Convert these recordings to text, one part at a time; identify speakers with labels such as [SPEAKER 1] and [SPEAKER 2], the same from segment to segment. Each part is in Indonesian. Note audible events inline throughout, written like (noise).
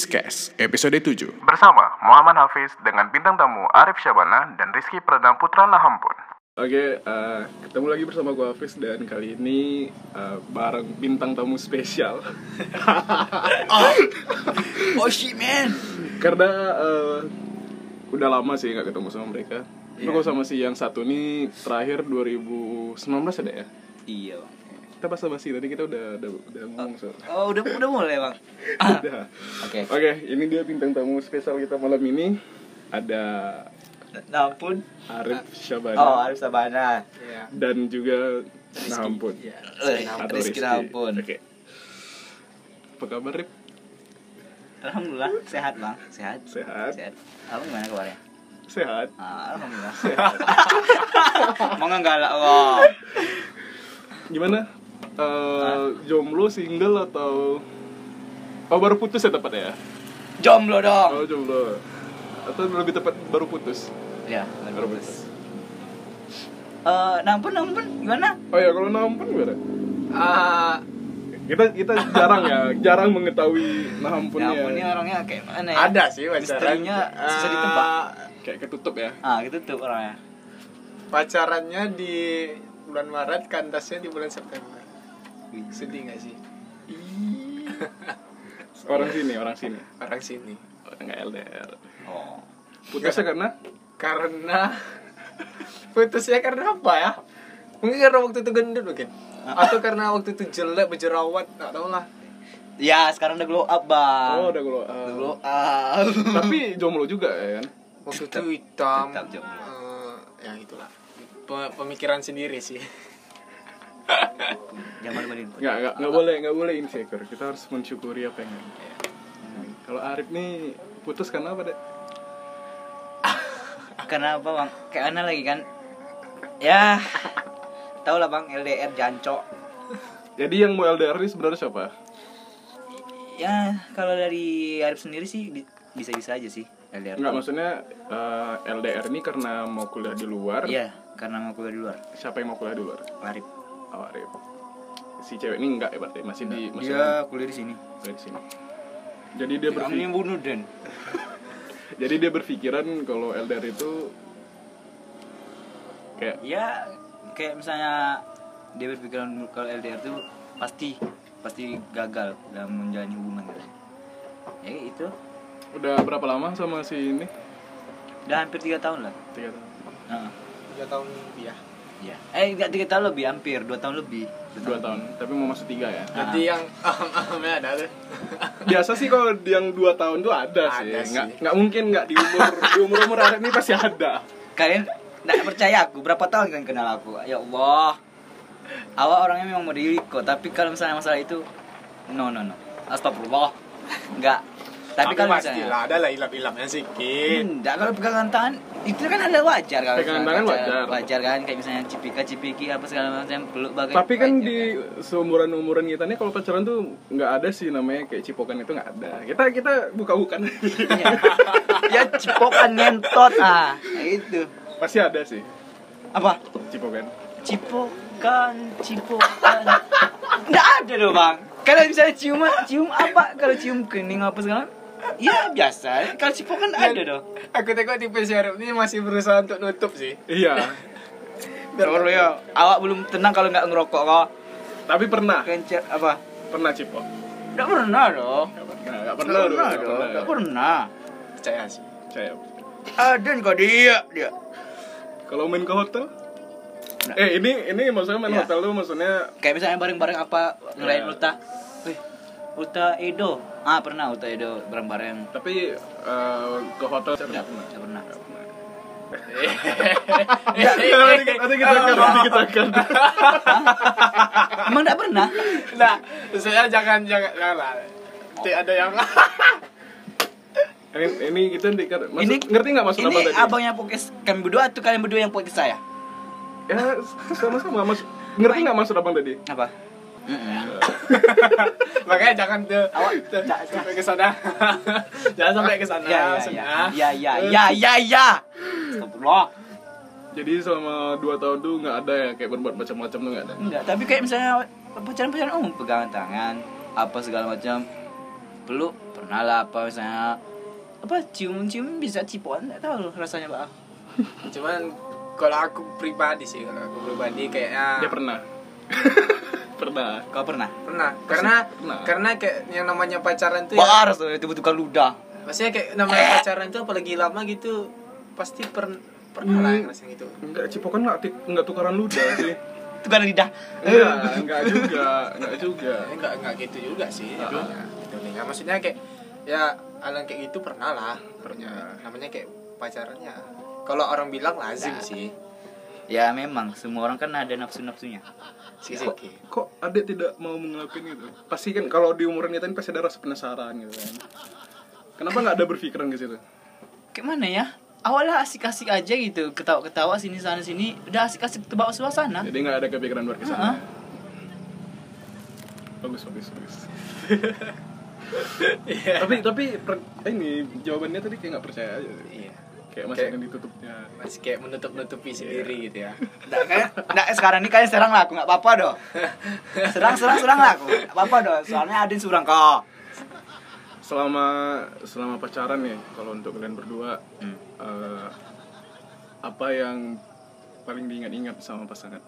[SPEAKER 1] Fishcast, episode 7.
[SPEAKER 2] Bersama Muhammad Hafiz dengan bintang tamu Arif Syabana dan Rizky Pradana Putra Lahampun.
[SPEAKER 1] Oke, eh, ketemu lagi bersama gue Hafiz dan kali ini eh, bareng bintang tamu
[SPEAKER 3] (laughs)
[SPEAKER 1] spesial
[SPEAKER 3] Oh shit man.
[SPEAKER 1] Karena eh, udah lama sih nggak ketemu sama mereka
[SPEAKER 3] Iya.
[SPEAKER 1] Tapi gua sama si yang satu nih terakhir 2019 ada ya?
[SPEAKER 3] Iya bang.
[SPEAKER 1] Kita bahas basi tadi kita udah, udah, udah ngomong soal
[SPEAKER 3] Oh udah udah mulai bang.
[SPEAKER 1] (laughs)
[SPEAKER 3] Ah.
[SPEAKER 1] Udah.
[SPEAKER 3] Oke.
[SPEAKER 1] Oke, ini dia bintang tamu spesial kita malam ini Ada
[SPEAKER 3] Nah pun.
[SPEAKER 1] Arif Syabana
[SPEAKER 3] Oh harus Sabana.
[SPEAKER 1] Dan juga nah, Nahampun
[SPEAKER 3] Eh,
[SPEAKER 1] Atau
[SPEAKER 3] Rizky Rampun.
[SPEAKER 1] Oke. Apa kabar, Rip?
[SPEAKER 3] Alhamdulillah sehat bang. Sehat.
[SPEAKER 1] Sehat.
[SPEAKER 3] Sehat. Abang gimana kabarnya?
[SPEAKER 1] Sehat.
[SPEAKER 3] Ah, Alhamdulillah (laughs) sehat. Mau galak bang.
[SPEAKER 1] Gimana? Eh, jomblo, single atau Oh, baru putus ya tepatnya ya?
[SPEAKER 3] Jomblo dong.
[SPEAKER 1] Oh, jomblo. Atau lebih tepat baru putus.
[SPEAKER 3] Ya.
[SPEAKER 1] Baru putus.
[SPEAKER 3] Eh nampun nampun gimana?
[SPEAKER 1] Oh ya, kalau Nahampun gimana?
[SPEAKER 3] Ah,
[SPEAKER 1] Kita kita jarang ya, jarang mengetahui Nahampunnya.
[SPEAKER 3] nampunnya Ya, orangnya kayak mana ya?
[SPEAKER 4] Ada sih pacaran.
[SPEAKER 3] Misterinya susah
[SPEAKER 4] Eh,
[SPEAKER 3] ditebak.
[SPEAKER 1] Kayak ketutup ya.
[SPEAKER 3] Ah gitu tuh orangnya.
[SPEAKER 4] Pacarannya di bulan Maret, kantasnya di bulan September. Sedih gak sih?
[SPEAKER 1] Orang sini, orang sini.
[SPEAKER 4] (laughs) Orang sini.
[SPEAKER 1] Orang nggak LDR.
[SPEAKER 3] Oh.
[SPEAKER 1] Putusnya karena
[SPEAKER 4] Karena (laughs) putusnya karena apa ya? Mungkin karena waktu itu gendut mungkin. Atau karena waktu itu jelek berjerawat, nggak tau lah.
[SPEAKER 3] Ya sekarang udah glow up bang.
[SPEAKER 1] Oh, udah glow up.
[SPEAKER 3] Udah glow
[SPEAKER 1] (laughs)
[SPEAKER 3] up.
[SPEAKER 1] tapi jomblo juga ya kan?
[SPEAKER 4] Waktu
[SPEAKER 3] Tetap-
[SPEAKER 4] itu hitam.
[SPEAKER 3] tetap jomblo.
[SPEAKER 4] eh, ya itulah. Pe- pemikiran sendiri sih.
[SPEAKER 3] Jangan malu-maluin.
[SPEAKER 1] Nggak, nggak, nggak boleh, nggak boleh insecure. Kita harus mensyukuri apa yang ada.
[SPEAKER 3] Iya.
[SPEAKER 1] Hmm. Kalau Arif nih putus karena apa deh?
[SPEAKER 3] Kenapa bang? Kayak mana lagi kan? Ya, tau lah bang LDR jancok.
[SPEAKER 1] Jadi yang mau LDR ini sebenarnya siapa?
[SPEAKER 3] Ya kalau dari Arif sendiri sih bi- bisa-bisa aja sih LDR.
[SPEAKER 1] Enggak maksudnya eh, LDR ini karena mau kuliah di luar.
[SPEAKER 3] Iya, karena mau kuliah di luar.
[SPEAKER 1] Siapa yang mau kuliah di luar?
[SPEAKER 3] Arif.
[SPEAKER 1] Oh, Arif. Si cewek ini enggak ya berarti masih di masih
[SPEAKER 3] Iya, Dia kuliah di sini.
[SPEAKER 1] kuliah di sini. Jadi dia berfi-
[SPEAKER 3] Kamu bunuh Den.
[SPEAKER 1] jadi dia berpikiran kalau LDR itu kayak
[SPEAKER 3] Ya, kayak misalnya dia berpikiran kalau LDR tuh pasti pasti gagal dalam menjalani hubungan gitu. Ya itu
[SPEAKER 1] udah berapa lama sama si ini?
[SPEAKER 3] udah hampir tiga tahun lah.
[SPEAKER 1] Tiga tahun.
[SPEAKER 3] Heeh.
[SPEAKER 4] Tiga tahun ya.
[SPEAKER 3] Iya. Eh enggak tiga tahun lebih, hampir dua tahun lebih.
[SPEAKER 1] Dua tahun. Tapi mau masuk tiga ya.
[SPEAKER 4] Nanti yang (laughs) ahamnya ada tuh.
[SPEAKER 1] biasa sih kalau yang dua tahun tuh ada,
[SPEAKER 4] Ada sih.
[SPEAKER 1] sih nggak nggak mungkin nggak di umur di umur umur Arif ini pasti ada
[SPEAKER 3] Kalian nggak percaya aku? Berapa tahun kalian kenal aku? Ya Allah. Awal orangnya memang mau kok, tapi kalau misalnya masalah itu no no no. Astagfirullah. Enggak. Tapi
[SPEAKER 4] kan
[SPEAKER 3] kalau misalnya
[SPEAKER 4] pastilah ada lah ilap-ilapnya sedikit.
[SPEAKER 3] Enggak, kalau pegangan tangan itu kan ada wajar kalau
[SPEAKER 1] Pegangan
[SPEAKER 3] misalnya
[SPEAKER 1] tangan
[SPEAKER 3] pacaran.
[SPEAKER 1] wajar.
[SPEAKER 3] Wajar kan kayak misalnya cipika cipiki apa segala macam peluk bagai. gitu.
[SPEAKER 1] tapi kan
[SPEAKER 3] wajar,
[SPEAKER 1] (laughs) di seumuran umuran kita nih kalau pacaran tuh nggak ada sih namanya kayak cipokan itu nggak ada kita kita buka bukan
[SPEAKER 3] kan? Iya. ya cipokan ngentot ah Kayak itu
[SPEAKER 1] (laughs) pasti ada sih
[SPEAKER 3] apa
[SPEAKER 1] cipokan
[SPEAKER 3] cipokan cipokan nggak ada dong bang kalau misalnya cium cium apa kalau cium kening apa segala ya biasa kalau cipokan ada dong
[SPEAKER 4] Aku tengok tipe si Arif ini masih berusaha untuk nutup sih.
[SPEAKER 1] iya
[SPEAKER 3] Kalau ya awak belum tenang kalau nggak ngerokok kok
[SPEAKER 1] tapi pernah
[SPEAKER 3] kencer apa
[SPEAKER 1] pernah cipok
[SPEAKER 3] nggak pernah dong
[SPEAKER 1] nggak pernah nggak
[SPEAKER 3] nggak
[SPEAKER 1] pernah dulu,
[SPEAKER 3] pernah
[SPEAKER 1] nggak
[SPEAKER 3] dong
[SPEAKER 1] pernah.
[SPEAKER 3] nggak pernah
[SPEAKER 4] Percaya sih.
[SPEAKER 1] Saya-
[SPEAKER 3] ada nih kok Ah, dia dia
[SPEAKER 1] kalau main ke hotel
[SPEAKER 3] Nggak.
[SPEAKER 1] eh ini ini maksudnya main
[SPEAKER 3] Iya.
[SPEAKER 1] hotel tuh maksudnya
[SPEAKER 3] kayak misalnya bareng-bareng apa
[SPEAKER 1] Ya.
[SPEAKER 3] ngelain Uta Wih, Uta Edo ah pernah Uta Edo bareng-bareng
[SPEAKER 1] tapi eh, ke hotel saya
[SPEAKER 3] nggak
[SPEAKER 1] nggak pernah
[SPEAKER 3] nggak pernah (laughs)
[SPEAKER 1] nanti kita nanti kita akan nanti kita akan
[SPEAKER 3] emang nggak pernah
[SPEAKER 4] Nah, saya jangan jangan jangan lah. Nanti ada yang
[SPEAKER 1] Ini, ini kita di, maksud, ngerti nggak maksud
[SPEAKER 3] ini
[SPEAKER 1] apa tadi?
[SPEAKER 3] abangnya podcast kami berdua atau kalian berdua yang podcast saya?
[SPEAKER 1] Ya sama-sama mas. Ngerti nggak maksud abang tadi?
[SPEAKER 3] Apa?
[SPEAKER 4] makanya jangan tuh
[SPEAKER 3] Awak-
[SPEAKER 4] tuh,
[SPEAKER 3] jangan-
[SPEAKER 4] sampai ke sana. (laughs) jangan sampai ke sana.
[SPEAKER 3] Ya ya
[SPEAKER 4] senang.
[SPEAKER 3] ya ya ya ya ya. Astagfirullah.
[SPEAKER 1] Jadi selama 2 tahun tuh nggak ada ya kayak berbuat macam-macam tuh nggak ada.
[SPEAKER 3] Nah. oh, Enggak, tapi kayak misalnya pacaran-pacaran umum pegangan tangan apa segala macam peluk pernah lah apa misalnya apa cium-cium bisa cipokan nggak tahu loh rasanya pak
[SPEAKER 4] Cuman kalau aku pribadi sih, kalau aku pribadi kayaknya
[SPEAKER 1] Dia Ya, pernah. (laughs) pernah.
[SPEAKER 3] kau pernah
[SPEAKER 4] pernah. Karena
[SPEAKER 1] pernah.
[SPEAKER 4] karena kayak yang namanya pacaran tuh ya,
[SPEAKER 3] Wah, tuh itu butuhkan ludah
[SPEAKER 4] maksudnya kayak namanya pacaran tuh apalagi lama gitu pasti per- pernah lah yang rasanya gitu.
[SPEAKER 1] Enggak cipokan enggak enggak tukaran ludah (laughs) sih.
[SPEAKER 3] itu kan lidah
[SPEAKER 1] Enggak, enggak juga, enggak juga.
[SPEAKER 4] Ya, Enggak enggak gitu juga sih. jadinya. Gitu nih. Ya, maksudnya kayak ya alang kayak gitu pernah lah.
[SPEAKER 1] Pernah.
[SPEAKER 3] Iya.
[SPEAKER 4] Namanya kayak pacarannya. Kalau orang bilang lazim sih.
[SPEAKER 3] ya memang semua orang kan ada nafsu nafsunya Iya.
[SPEAKER 4] Siki-siki.
[SPEAKER 1] Kok adik tidak mau ngelakuin gitu? Pasti kan kalau di umur kita ini pasti ada rasa penasaran gitu kan. Kenapa nggak ada berpikiran ke situ?
[SPEAKER 3] kayak mana ya awalnya asik-asik aja gitu ketawa-ketawa sini sana sini udah asik-asik terbawa suasana
[SPEAKER 1] Jadi nggak ada kepikiran buat
[SPEAKER 3] Heeh.
[SPEAKER 1] kesana. Bagus, bagus, bagus. tapi tapi per- ini jawabannya tadi kayak nggak percaya aja.
[SPEAKER 4] Iya.
[SPEAKER 1] Kayak masih
[SPEAKER 4] Kayak-
[SPEAKER 1] ada ditutupnya.
[SPEAKER 4] Masih kayak
[SPEAKER 3] Iya.
[SPEAKER 4] menutup-nutupi sendiri gitu ya.
[SPEAKER 3] Nggak, Nah, kayak- nggak, sekarang ini kalian serang lah aku nggak apa-apa doh serang serang serang lah aku nggak apa-apa doh soalnya ada yang serang kau
[SPEAKER 1] Selama selama pacaran ya, kalau untuk kalian berdua
[SPEAKER 3] Hmm.
[SPEAKER 1] eh, apa yang paling diingat-ingat sama pasangan?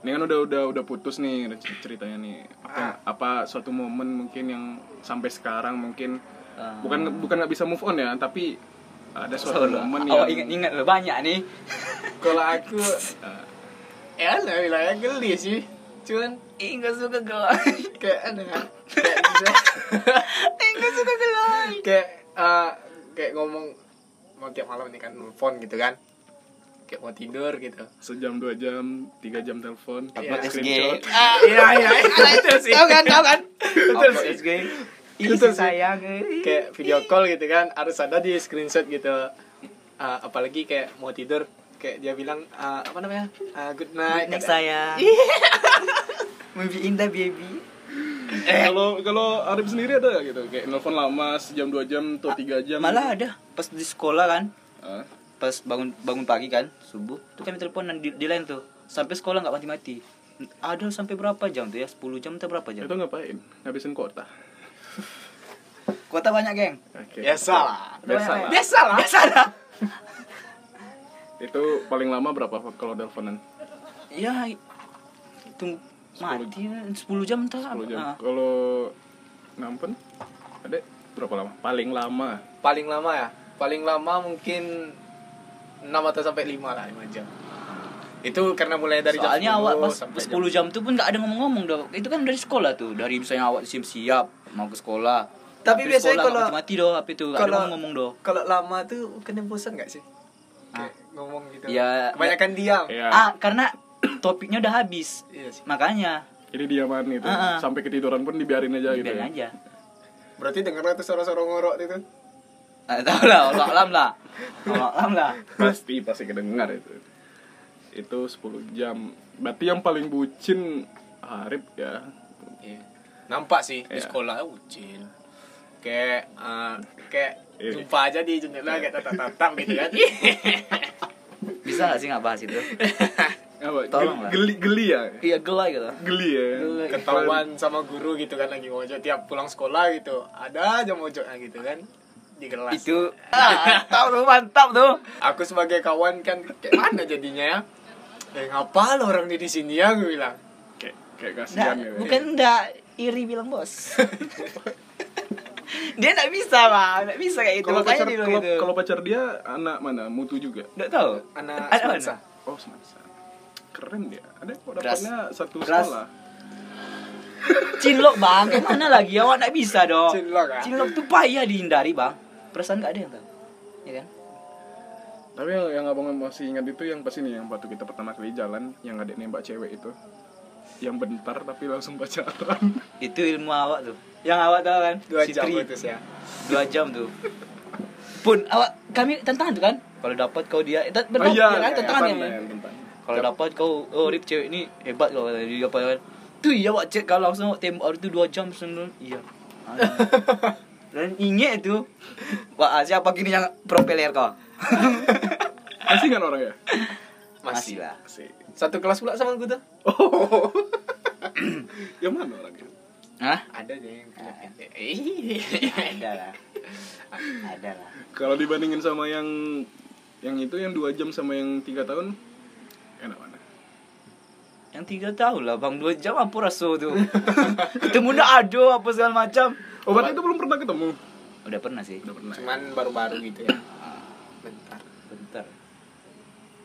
[SPEAKER 1] Ini kan udah udah udah putus nih cer- ceritanya nih. Apa
[SPEAKER 3] Ah.
[SPEAKER 1] apa suatu momen mungkin yang sampai sekarang mungkin
[SPEAKER 3] Ah.
[SPEAKER 1] bukan bukan nggak bisa move on ya, tapi ada suatu momen
[SPEAKER 4] ya.
[SPEAKER 3] awak
[SPEAKER 1] yang
[SPEAKER 3] ingat-ingat Oh, loh banyak nih
[SPEAKER 4] Kalau aku
[SPEAKER 1] Ah,
[SPEAKER 4] ya lah bilangnya geli sih. Cuman
[SPEAKER 3] Ingat suka (laughs) gelai
[SPEAKER 4] kayak aneh. ya. Kayak
[SPEAKER 3] (laughs)
[SPEAKER 4] bisa.
[SPEAKER 3] Ingat suka gelai
[SPEAKER 4] kayak eh, kayak ngomong mau tiap malam nih kan nelfon gitu kan kayak mau tidur gitu
[SPEAKER 1] sejam dua jam tiga jam telepon ya,
[SPEAKER 3] Upload SG
[SPEAKER 1] screenshot.
[SPEAKER 3] (laughs) Ah,
[SPEAKER 4] iya iya
[SPEAKER 3] (laughs)
[SPEAKER 4] iya, itu sih
[SPEAKER 3] Tau kan, tau kan
[SPEAKER 4] Betul
[SPEAKER 3] Upload
[SPEAKER 4] sih.
[SPEAKER 3] SG
[SPEAKER 4] Betul
[SPEAKER 3] Isi
[SPEAKER 4] sih.
[SPEAKER 3] sayang
[SPEAKER 4] kayak video call gitu kan harus ada di screenshot gitu Eh, apalagi kayak mau tidur kayak dia bilang eh, apa namanya Eh, good night
[SPEAKER 3] Next
[SPEAKER 4] kata-
[SPEAKER 3] sayang Movie indah baby Eh.
[SPEAKER 1] kalau kalau Arif sendiri ada nggak gitu kayak nelfon lama sejam dua jam atau tiga jam
[SPEAKER 3] Malah ada Pas di sekolah kan
[SPEAKER 1] Ah,
[SPEAKER 3] Pas bangun bangun pagi kan Subuh Tuh kami teleponan di, di lain tuh Sampai sekolah nggak mati-mati Ada sampai berapa jam tuh ya 10 jam atau berapa jam
[SPEAKER 1] itu ngapain ngabisin kuota
[SPEAKER 3] Kota banyak geng
[SPEAKER 1] Oke.
[SPEAKER 4] biasa lah
[SPEAKER 1] Biasa lah.
[SPEAKER 4] biasa lah biasa lah
[SPEAKER 1] itu paling lama berapa kalau teleponan
[SPEAKER 3] Ya Tunggu Mati 10 jam entah
[SPEAKER 1] 10 jam
[SPEAKER 3] Ah.
[SPEAKER 1] kalau nampun ada berapa lama paling lama
[SPEAKER 4] paling lama ya paling lama mungkin 6 atau sampai 5 lah 5 jam itu karena mulai dari jam
[SPEAKER 3] Soalnya awak pas
[SPEAKER 4] sampai
[SPEAKER 3] 10 jam. tuh pun gak ada ngomong-ngomong dong. Itu kan dari sekolah tuh, dari misalnya awak siap-siap mau ke sekolah.
[SPEAKER 4] Tapi
[SPEAKER 3] Dari
[SPEAKER 4] biasanya
[SPEAKER 3] sekolah,
[SPEAKER 4] kalau-
[SPEAKER 3] nggak mati-mati doh apa itu, gak ada
[SPEAKER 4] kalau
[SPEAKER 3] ngomong-ngomong doh.
[SPEAKER 4] Kalau lama tuh kena bosan gak sih? Kayak ngomong gitu.
[SPEAKER 3] Ah. Ya,
[SPEAKER 4] Kebanyakan diam.
[SPEAKER 1] ya
[SPEAKER 3] Ah, karena topiknya udah habis.
[SPEAKER 4] Iya sih.
[SPEAKER 3] Makanya
[SPEAKER 1] jadi diaman itu
[SPEAKER 3] Ah, ah.
[SPEAKER 1] sampai ketiduran pun dibiarin aja gitu
[SPEAKER 3] biarin
[SPEAKER 1] ya.
[SPEAKER 3] aja.
[SPEAKER 4] Berarti dengar tuh suara-suara ngorok itu.
[SPEAKER 3] Ah, tahu lah, Allah alam lah. Allah alam lah.
[SPEAKER 1] pasti pasti kedengar itu itu 10 jam berarti yang paling bucin Arif ya
[SPEAKER 4] Iya. Nampak sih di
[SPEAKER 1] Iya.
[SPEAKER 4] sekolah ucin. Kayak eh, kayak
[SPEAKER 1] Iya.
[SPEAKER 4] jumpa aja di
[SPEAKER 3] Iya.
[SPEAKER 4] jendela kayak tatap-tatap gitu kan.
[SPEAKER 3] Bisa gak sih gak bahas (laughs) itu?
[SPEAKER 1] apa
[SPEAKER 3] Tolong lah.
[SPEAKER 1] geli geli ya
[SPEAKER 3] Iya gelai gitu.
[SPEAKER 1] geli ya
[SPEAKER 4] Ketahuan sama guru gitu kan lagi ngojok tiap pulang sekolah gitu. Ada aja mojoknya gitu kan di kelas.
[SPEAKER 3] Itu (laughs) ah, tahu tuh mantap tuh.
[SPEAKER 4] aku sebagai kawan kan kayak mana jadinya ya eh ngapa lo orang ini di sini ya gue bilang
[SPEAKER 1] kayak kayak
[SPEAKER 3] Nggak,
[SPEAKER 1] kasihan ya
[SPEAKER 3] bukan ndak iri bilang (laughs) bos. dia nggak bisa bang, nggak bisa kayak itu.
[SPEAKER 1] kalau
[SPEAKER 3] Makanya
[SPEAKER 1] pacar
[SPEAKER 3] dia bilang
[SPEAKER 1] kalau,
[SPEAKER 3] gitu.
[SPEAKER 1] kalau pacar dia anak mana mutu juga
[SPEAKER 3] Nggak tahu.
[SPEAKER 4] anak
[SPEAKER 3] Ada mana?
[SPEAKER 4] semasa
[SPEAKER 1] oh semasa keren dia ada kok
[SPEAKER 3] Keras.
[SPEAKER 1] dapatnya satu
[SPEAKER 3] Keras.
[SPEAKER 1] sekolah
[SPEAKER 3] Cinlok bang, kayak mana lagi? Awak nggak bisa dong.
[SPEAKER 4] Cinlok, ah.
[SPEAKER 3] Cinlok tuh payah dihindari bang. Perasaan nggak ada yang tahu. Ya kan?
[SPEAKER 1] tapi yang, yang abang masih ingat itu yang pas ini yang waktu kita pertama kali jalan yang ada nembak cewek itu yang bentar tapi langsung pacaran
[SPEAKER 3] Itu ilmu awak tuh. Yang awak tahu kan?
[SPEAKER 4] dua
[SPEAKER 3] Si
[SPEAKER 4] jam
[SPEAKER 3] Tri.
[SPEAKER 4] itu sih ya
[SPEAKER 3] Dua jam tuh. Pun awak kami tantangan tuh kan? Kalau dapat kau dia, eh, tet- benar
[SPEAKER 1] Oh iya,
[SPEAKER 3] ya kan
[SPEAKER 1] iya,
[SPEAKER 3] tantangan
[SPEAKER 1] iya,
[SPEAKER 3] ya.
[SPEAKER 1] iya, tentang.
[SPEAKER 3] Kalau dapat kau oh rip cewek ni hebat kau kata dia apa kan. Tu iya awak chat kau langsung awak tembak hari tu 2 jam sebelum iya. Dan ingat tu Wah, ah, siapa gini yang propeller kau?
[SPEAKER 1] masih kan orang ya
[SPEAKER 4] masih
[SPEAKER 3] lah.
[SPEAKER 1] masih
[SPEAKER 4] satu kelas pula sama gue tuh
[SPEAKER 1] oh yang mana orangnya
[SPEAKER 3] Hah?
[SPEAKER 4] Ada aja yang
[SPEAKER 3] Ah.
[SPEAKER 4] punya Eh, pendek.
[SPEAKER 3] Ada lah. Ada lah.
[SPEAKER 1] Kalau dibandingin sama yang yang itu yang dua jam sama yang tiga tahun enak mana?
[SPEAKER 3] Yang tiga tahun lah bang dua jam apa raso tuh? Ketemu dah aduh apa segala macam.
[SPEAKER 1] Oh, berarti itu belum pernah ketemu.
[SPEAKER 3] Udah pernah sih.
[SPEAKER 1] Udah pernah. ya.
[SPEAKER 4] Cuman baru-baru gitu ya.
[SPEAKER 3] Ah.
[SPEAKER 4] Bentar.
[SPEAKER 3] Bentar.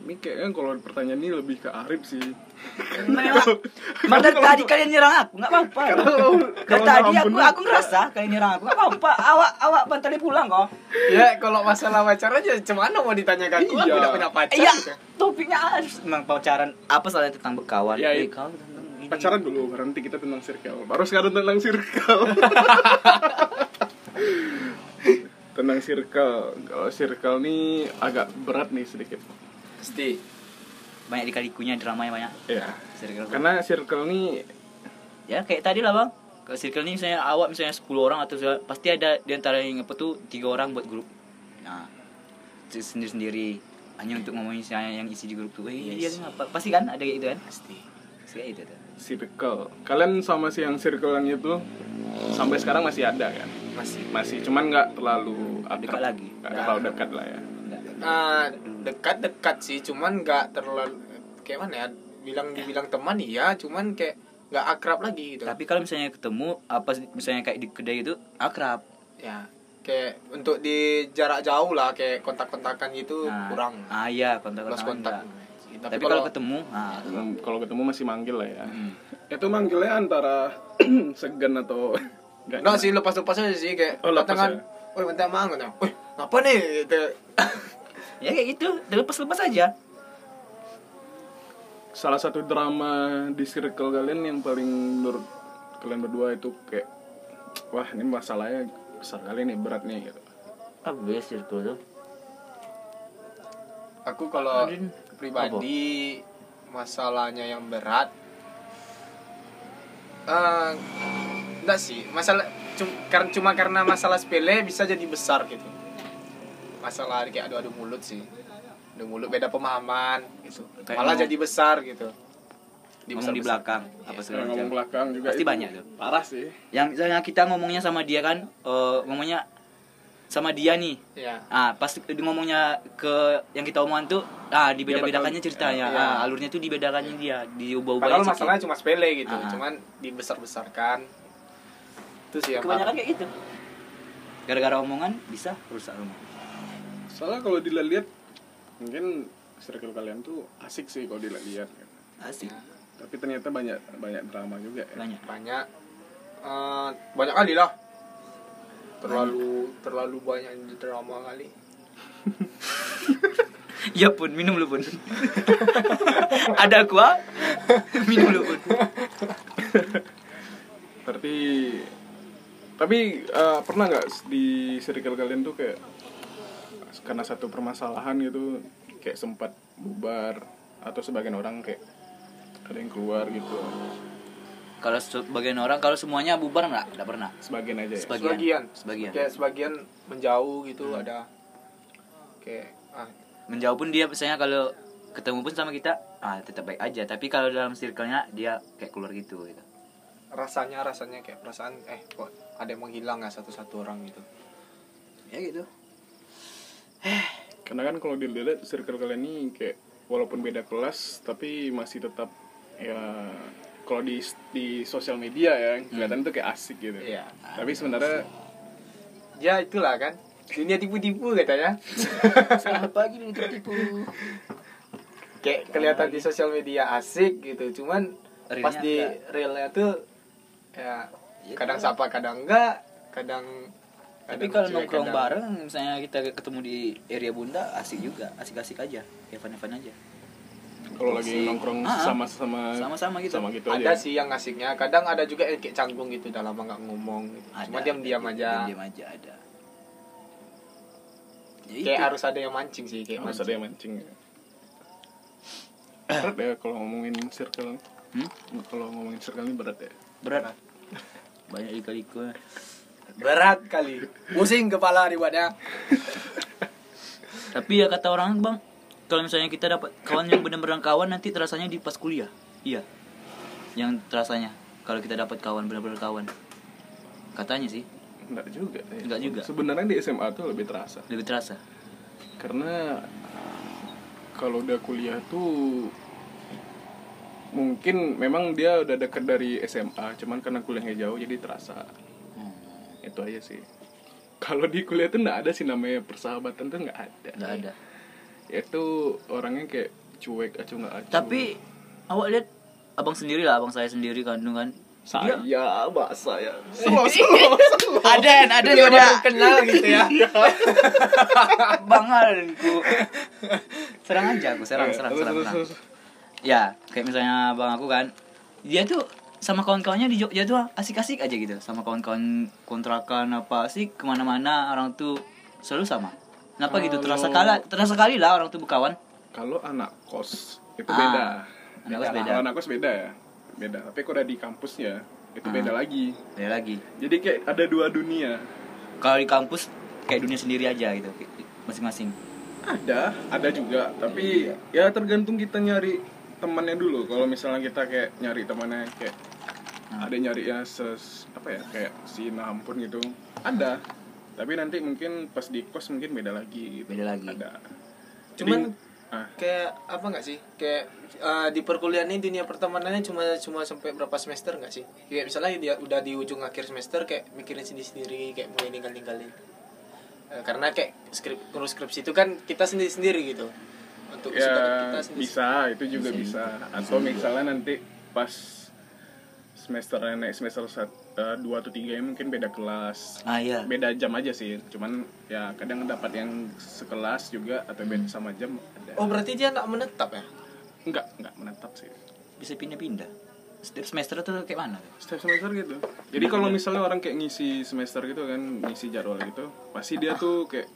[SPEAKER 1] Ini kayaknya kalau pertanyaan ini lebih ke Arif sih. (laughs)
[SPEAKER 3] Mana lah. tadi kalian nyerang aku nggak apa-apa. Dari
[SPEAKER 1] kalau
[SPEAKER 3] tadi
[SPEAKER 1] nggak
[SPEAKER 3] aku
[SPEAKER 1] ampun. lah.
[SPEAKER 3] aku ngerasa kalian nyerang aku nggak apa-apa. Awak awak bantalnya pulang kok.
[SPEAKER 4] Ya kalau masalah pacar aja Cuman mau ditanya ke aku
[SPEAKER 1] Iya.
[SPEAKER 4] Aku udah punya pacar
[SPEAKER 3] Iya.
[SPEAKER 4] gitu.
[SPEAKER 3] Topiknya harus memang pacaran apa soalnya tentang berkawan.
[SPEAKER 1] Ya, iya.
[SPEAKER 3] Eh, kau tentang ini.
[SPEAKER 1] Pacaran dulu, baru nanti kita tentang circle. Baru sekarang tentang circle. tentang circle. Kalau circle nih agak berat nih sedikit.
[SPEAKER 4] Pasti
[SPEAKER 3] Banyak dikalikunya dramanya banyak.
[SPEAKER 1] Ya.
[SPEAKER 3] Circle ku.
[SPEAKER 1] Karena circle nih
[SPEAKER 3] ya kayak tadi lah bang. Kalau circle ini misalnya awak misalnya 10 orang atau segala- pasti ada di antara yang apa tuh tiga orang buat grup. Nah, sendiri sendiri hanya untuk ngomongin misalnya yang isi di grup tuh. Eh,
[SPEAKER 4] Iya
[SPEAKER 3] dia
[SPEAKER 4] sih.
[SPEAKER 3] ngapa? Pasti kan ada kayak gitu kan?
[SPEAKER 4] Pasti
[SPEAKER 3] Pasti kayak gitu tuh.
[SPEAKER 1] circle. Kalian sama si yang circle yang itu sampai sekarang masih ada kan?
[SPEAKER 4] Masih
[SPEAKER 1] Masih, cuman nggak terlalu akrab.
[SPEAKER 3] Dekat lagi.
[SPEAKER 1] Nggak terlalu dekat lah ya.
[SPEAKER 3] Enggak.
[SPEAKER 4] Ah, Dekat-dekat sih Cuman gak terlalu Kayak mana ya Bilang dibilang teman iya Cuman kayak Gak akrab lagi gitu
[SPEAKER 3] Tapi kalau misalnya ketemu apa sih, misalnya kayak di kedai itu akrab.
[SPEAKER 4] Ya Kayak untuk di jarak jauh lah Kayak kontak-kontakan gitu
[SPEAKER 3] Nah,
[SPEAKER 4] Kurang
[SPEAKER 3] Ah iya, kontak
[SPEAKER 4] Lost kontak
[SPEAKER 3] Tapi, kalau ketemu, ah,
[SPEAKER 1] Hmm, Kalau ketemu masih manggil lah ya.
[SPEAKER 3] Hmm.
[SPEAKER 1] Itu manggilnya antara (clears throat) segan atau nggak
[SPEAKER 4] Enggak sih lepas-lepasnya sih kayak
[SPEAKER 1] Oh, lepas
[SPEAKER 4] tangan.
[SPEAKER 1] ya?
[SPEAKER 4] Woi, minta maaf gitu. Woi, ngapa nih gitu.
[SPEAKER 3] ya kayak gitu, lepas-lepas aja.
[SPEAKER 1] salah satu drama di circle kalian yang paling menurut kalian berdua itu kayak wah ini masalahnya besar kali nih berat nih gitu
[SPEAKER 3] Abis itu tuh.
[SPEAKER 4] Aku kalau
[SPEAKER 3] Adin,
[SPEAKER 4] pribadi masalahnya yang berat eh enggak sih, masalah cum- kar- cuma karena masalah sepele bisa jadi besar gitu. Masalah kayak adu-adu mulut sih. Adu mulut beda pemahaman gitu.
[SPEAKER 3] Kayak
[SPEAKER 4] Malah
[SPEAKER 3] ngomong-
[SPEAKER 4] jadi besar gitu.
[SPEAKER 3] Ngomong di
[SPEAKER 4] Dibesar-besar.
[SPEAKER 3] belakang apa segala
[SPEAKER 1] Yang ngomong
[SPEAKER 3] macam.
[SPEAKER 1] belakang juga
[SPEAKER 3] Pasti
[SPEAKER 1] itu
[SPEAKER 3] banyak tuh.
[SPEAKER 1] parah sih
[SPEAKER 3] Yang misalnya kita ngomongnya sama dia kan, eh, ngomongnya sama dia nih.
[SPEAKER 4] Iya.
[SPEAKER 3] Ah, pas ngomongnya ke yang kita omongan tuh, ah dibeda-bedakannya
[SPEAKER 1] Dia bakal-
[SPEAKER 3] ceritanya.
[SPEAKER 4] iya.
[SPEAKER 3] Ah, alurnya tuh dibedakannya dia, diubah-ubah
[SPEAKER 4] Padahal masalahnya cuma sepele gitu,
[SPEAKER 3] Ah.
[SPEAKER 4] cuman dibesar-besarkan. Itu sih yang parah.
[SPEAKER 3] Kebanyakan kayak gitu. Gara-gara omongan bisa rusak rumah.
[SPEAKER 1] soalnya kalau dilihat mungkin circle kalian tuh asik sih kalau dilihat gitu.
[SPEAKER 3] Asik.
[SPEAKER 1] tapi ternyata banyak banyak drama juga ya.
[SPEAKER 3] Banyak.
[SPEAKER 4] banyak eh, banyak kali lah. Terlalu terlalu banyak yang drama kali.
[SPEAKER 3] Ya pun, minum lu pun. Ada gua, minum lu pun.
[SPEAKER 1] berarti tapi eh, pernah nggak di circle kalian tuh kayak karena satu permasalahan gitu kayak sempat bubar atau sebagian orang kayak ada yang keluar gitu
[SPEAKER 3] Kalau sebagian orang, kalau semuanya bubar nggak? Nggak pernah.
[SPEAKER 1] sebagian aja ya
[SPEAKER 3] Sebagian.
[SPEAKER 4] Sebagian,
[SPEAKER 3] Sebagian. Hmm.
[SPEAKER 4] Kayak sebagian menjauh gitu ada kayak ah,
[SPEAKER 3] Menjauh pun dia misalnya kalau ketemu pun sama kita, ah tetap baik aja. Tapi kalau dalam circle-nya dia kayak keluar gitu gitu.
[SPEAKER 4] rasanya rasanya kayak perasaan eh kok ada yang menghilang ya satu-satu orang gitu.
[SPEAKER 3] Ya gitu.
[SPEAKER 1] karena kan kalau dilihat circle kalian ini kayak walaupun beda kelas tapi masih tetap ya kalau di di sosial media ya kelihatan tuh kayak asik gitu
[SPEAKER 4] Iya.
[SPEAKER 1] tapi sebenarnya
[SPEAKER 4] Ya itulah kan. Dunia tipu-tipu katanya.
[SPEAKER 3] (laughs) Selamat pagi nih tipu.
[SPEAKER 4] kayak kelihatan di sosial media asik gitu cuman
[SPEAKER 3] Realnya
[SPEAKER 4] pas di
[SPEAKER 3] enggak.
[SPEAKER 4] realnya tuh ya
[SPEAKER 3] Iya,
[SPEAKER 4] kadang
[SPEAKER 3] iya.
[SPEAKER 4] sapa kadang enggak kadang
[SPEAKER 3] Tapi
[SPEAKER 4] kadang
[SPEAKER 3] kalau
[SPEAKER 4] juga
[SPEAKER 3] nongkrong
[SPEAKER 4] kadang-
[SPEAKER 3] bareng misalnya kita ketemu di area Bunda asik juga, asik-asik aja. Evan-evan aja.
[SPEAKER 1] kalau lagi
[SPEAKER 3] Asik.
[SPEAKER 1] nongkrong
[SPEAKER 3] Ah, ah.
[SPEAKER 1] sama sama
[SPEAKER 3] Sama-sama gitu.
[SPEAKER 1] sama gitu
[SPEAKER 4] ada
[SPEAKER 1] aja
[SPEAKER 4] sih yang asiknya kadang ada juga yang kayak canggung gitu udah lama nggak ngomong gitu. cuma
[SPEAKER 3] Ada,
[SPEAKER 4] diam diam
[SPEAKER 3] ada,
[SPEAKER 4] aja
[SPEAKER 3] Diam-diam aja ada. Ya
[SPEAKER 4] kayak
[SPEAKER 3] itu.
[SPEAKER 4] harus ada yang mancing sih kayak
[SPEAKER 1] harus
[SPEAKER 4] mancing.
[SPEAKER 1] ada yang mancing ya. berat ya kalau ngomongin circle
[SPEAKER 3] Hmm?
[SPEAKER 1] kalau ngomongin circle ini berat ya
[SPEAKER 3] berat banyak liku-liku
[SPEAKER 4] berat kali pusing kepala dibuatnya
[SPEAKER 3] tapi ya kata orang bang kalau misalnya kita dapat kawan yang benar-benar kawan nanti terasanya di pas kuliah iya yang terasanya kalau kita dapat kawan benar-benar kawan katanya sih
[SPEAKER 1] Enggak juga. ya.
[SPEAKER 3] Nggak juga.
[SPEAKER 1] Sebenarnya di SMA tuh lebih terasa.
[SPEAKER 3] lebih terasa
[SPEAKER 1] Karena ah, kalau udah kuliah tuh mungkin memang dia udah deket dari SMA, cuman karena kuliahnya jauh jadi terasa.
[SPEAKER 3] Hmm.
[SPEAKER 1] Itu aja sih. Kalau di kuliah tuh nggak ada sih namanya persahabatan tuh nggak ada.
[SPEAKER 3] nggak ada
[SPEAKER 1] Itu orangnya kayak cuek acuh nggak acuh.
[SPEAKER 3] tapi awak lihat abang sendiri lah abang saya sendiri kandung kan
[SPEAKER 1] saya,
[SPEAKER 4] Iya,
[SPEAKER 1] mbak
[SPEAKER 4] ya.
[SPEAKER 1] saya.
[SPEAKER 3] (laughs) Aden, Aden udah
[SPEAKER 4] kenal gitu ya
[SPEAKER 3] bangalku. Serang aja aku, serang,
[SPEAKER 1] Iya,
[SPEAKER 3] serang,
[SPEAKER 1] terus,
[SPEAKER 3] serang,
[SPEAKER 1] terus,
[SPEAKER 3] serang.
[SPEAKER 1] terus.
[SPEAKER 3] Ya, kayak misalnya bang aku kan, dia tuh sama kawan-kawannya di Jogja tuh asik-asik aja gitu, sama kawan-kawan kontrakan apa sih kemana-mana orang tuh selalu sama. Kenapa gitu? Terasa
[SPEAKER 1] Kalau-
[SPEAKER 3] kala, terasa kali lah orang tuh berkawan.
[SPEAKER 1] Kalau anak kos itu
[SPEAKER 3] Ah,
[SPEAKER 1] beda.
[SPEAKER 3] anak kos beda.
[SPEAKER 1] Kalau anak kos beda ya. Beda. Tapi kalau udah di kampusnya itu
[SPEAKER 3] Ah.
[SPEAKER 1] beda lagi.
[SPEAKER 3] Beda lagi.
[SPEAKER 1] Jadi kayak ada dua dunia.
[SPEAKER 3] Kalau di kampus kayak dunia sendiri aja gitu, masing-masing.
[SPEAKER 1] Ada, ada juga. Tapi ya tergantung kita nyari temannya dulu. Kalau misalnya kita kayak nyari temannya kayak
[SPEAKER 3] Ah.
[SPEAKER 1] ada nyari ya ses apa ya kayak si nampun gitu. Ada. Tapi nanti mungkin pas di kos mungkin beda lagi gitu.
[SPEAKER 3] Beda lagi.
[SPEAKER 1] Ada.
[SPEAKER 4] Cuman-
[SPEAKER 1] Jadi, ah,
[SPEAKER 4] kayak apa nggak sih kayak eh, di perkuliahan ini dunia pertemanannya cuma cuma sampai berapa semester nggak sih kayak misalnya dia udah di ujung akhir semester kayak mikirin sendiri sendiri kayak mulai ninggal ninggalin karena kayak skrip ngurus skripsi itu kan kita sendiri sendiri gitu untuk
[SPEAKER 1] ya
[SPEAKER 4] kesempatan kita sendiri
[SPEAKER 1] bisa itu juga bisa, atau misalnya nanti pas semester naik semester sat- eh, dua atau tiga ya mungkin beda kelas
[SPEAKER 3] Ah iya.
[SPEAKER 1] beda jam aja sih cuman ya kadang dapat yang sekelas juga atau beda sama jam ada
[SPEAKER 4] oh berarti dia nggak menetap ya
[SPEAKER 1] enggak enggak menetap sih
[SPEAKER 3] Bisa pindah-pindah. Setiap semester tuh kayak mana?
[SPEAKER 1] setiap semester gitu jadi kalau misalnya orang kayak ngisi semester gitu kan ngisi jadwal gitu pasti dia tuh kayak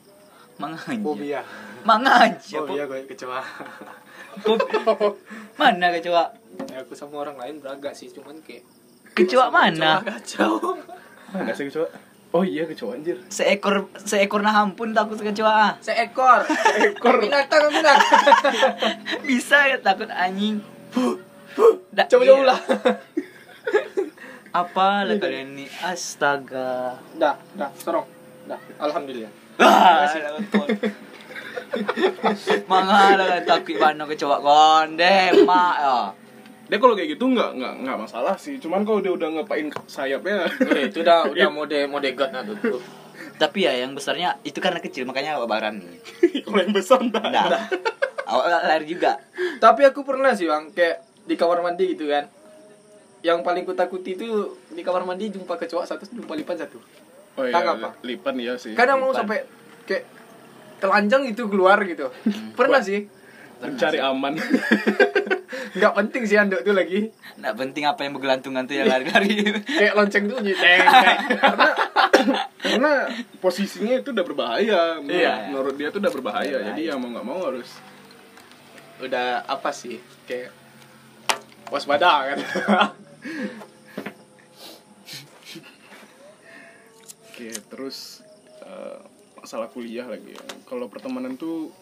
[SPEAKER 3] Manganja. Manganja. po-
[SPEAKER 4] Iya. gue kecewa
[SPEAKER 3] po- Mana kecoa?
[SPEAKER 4] (laughs) ya, aku sama orang lain beragak sih cuman kayak
[SPEAKER 3] Kecoa mana?
[SPEAKER 4] kacau
[SPEAKER 1] enggak Ah, sih kecoa oh iya kecoa anjir
[SPEAKER 3] Seekor seekor naham pun takut kecoa. ah.
[SPEAKER 4] seekor seekor binatang binatang
[SPEAKER 3] (laughs) Bisa ya, takut anjing. Da-
[SPEAKER 4] (laughs) coba coba
[SPEAKER 3] iya.
[SPEAKER 4] ulah
[SPEAKER 3] Apa lah kalian ini? Astaga.
[SPEAKER 4] dah dah sorong dah alhamdulillah
[SPEAKER 3] Wah, Mangga lah takut mana kecoa konde mak ya.
[SPEAKER 1] dia kalau kayak gitu nggak nggak nggak masalah sih cuman kalau dia udah ngepain sayapnya
[SPEAKER 4] Eh, itu
[SPEAKER 1] (laughs)
[SPEAKER 4] udah udah mode mode god nah tuh.
[SPEAKER 3] Tapi ya yang besarnya itu karena kecil makanya awak barani.
[SPEAKER 1] (laughs) kalau yang besar enggak
[SPEAKER 3] Nah, awak lari juga.
[SPEAKER 4] Tapi aku pernah sih bang kayak di kamar mandi gitu kan. Yang paling kutakuti itu di kamar mandi jumpa kecoa satu, jumpa lipan satu.
[SPEAKER 1] Oh iya,
[SPEAKER 4] Tanggapan.
[SPEAKER 1] lipan ya sih.
[SPEAKER 4] Kadang mau
[SPEAKER 3] Lipan.
[SPEAKER 4] sampai kayak telanjang gitu keluar gitu. Pernah sih. (laughs)
[SPEAKER 1] Mencari aman.
[SPEAKER 4] Nggak penting sih anduk tuh lagi.
[SPEAKER 3] Nggak penting apa yang bergelantungan tuh yang
[SPEAKER 1] (laughs)
[SPEAKER 3] lari-lari.
[SPEAKER 4] Kayak lonceng tuh (laughs) nyeteng. Karena
[SPEAKER 1] (laughs) Karena posisinya itu udah berbahaya. Menurut,
[SPEAKER 4] Iya.
[SPEAKER 1] menurut dia itu udah berbahaya.
[SPEAKER 3] Berbahaya.
[SPEAKER 1] Jadi ya mau nggak mau harus
[SPEAKER 4] udah apa sih kayak waspada (laughs) kan.
[SPEAKER 1] Oke, terus eh, masalah kuliah lagi. ya. Kalau pertemanan tuh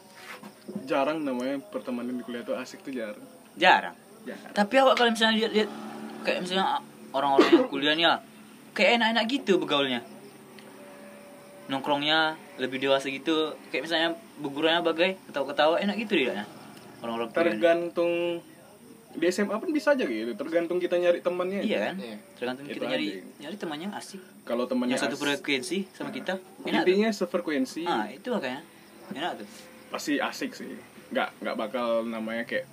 [SPEAKER 1] jarang namanya pertemanan di kuliah tuh asik tuh jarang.
[SPEAKER 3] Jarang.
[SPEAKER 1] Jarang.
[SPEAKER 3] Tapi awak kalau misalnya lihat-lihat kayak misalnya orang-orang yang kuliahnya kayak enak-enak gitu begaulnya. Nongkrongnya lebih dewasa gitu, kayak misalnya beguruannya bagai ketawa-ketawa enak gitu dia. Orang-orang kuliah.
[SPEAKER 1] Tergantung di SMA pun bisa aja gitu. Tergantung kita nyari temannya.
[SPEAKER 3] Iya kan?
[SPEAKER 4] Iya.
[SPEAKER 3] Tergantung
[SPEAKER 1] Itu
[SPEAKER 3] kita nyari
[SPEAKER 1] aja.
[SPEAKER 3] nyari temannya asik.
[SPEAKER 1] Kalau temannya
[SPEAKER 3] Yang satu
[SPEAKER 1] as-
[SPEAKER 3] frekuensi sama kita. Enak. tuh.
[SPEAKER 1] intinya sefrekuensi
[SPEAKER 3] Ah, itu makanya. Enak tuh.
[SPEAKER 1] pasti asik sih. Nggak nggak bakal namanya kayak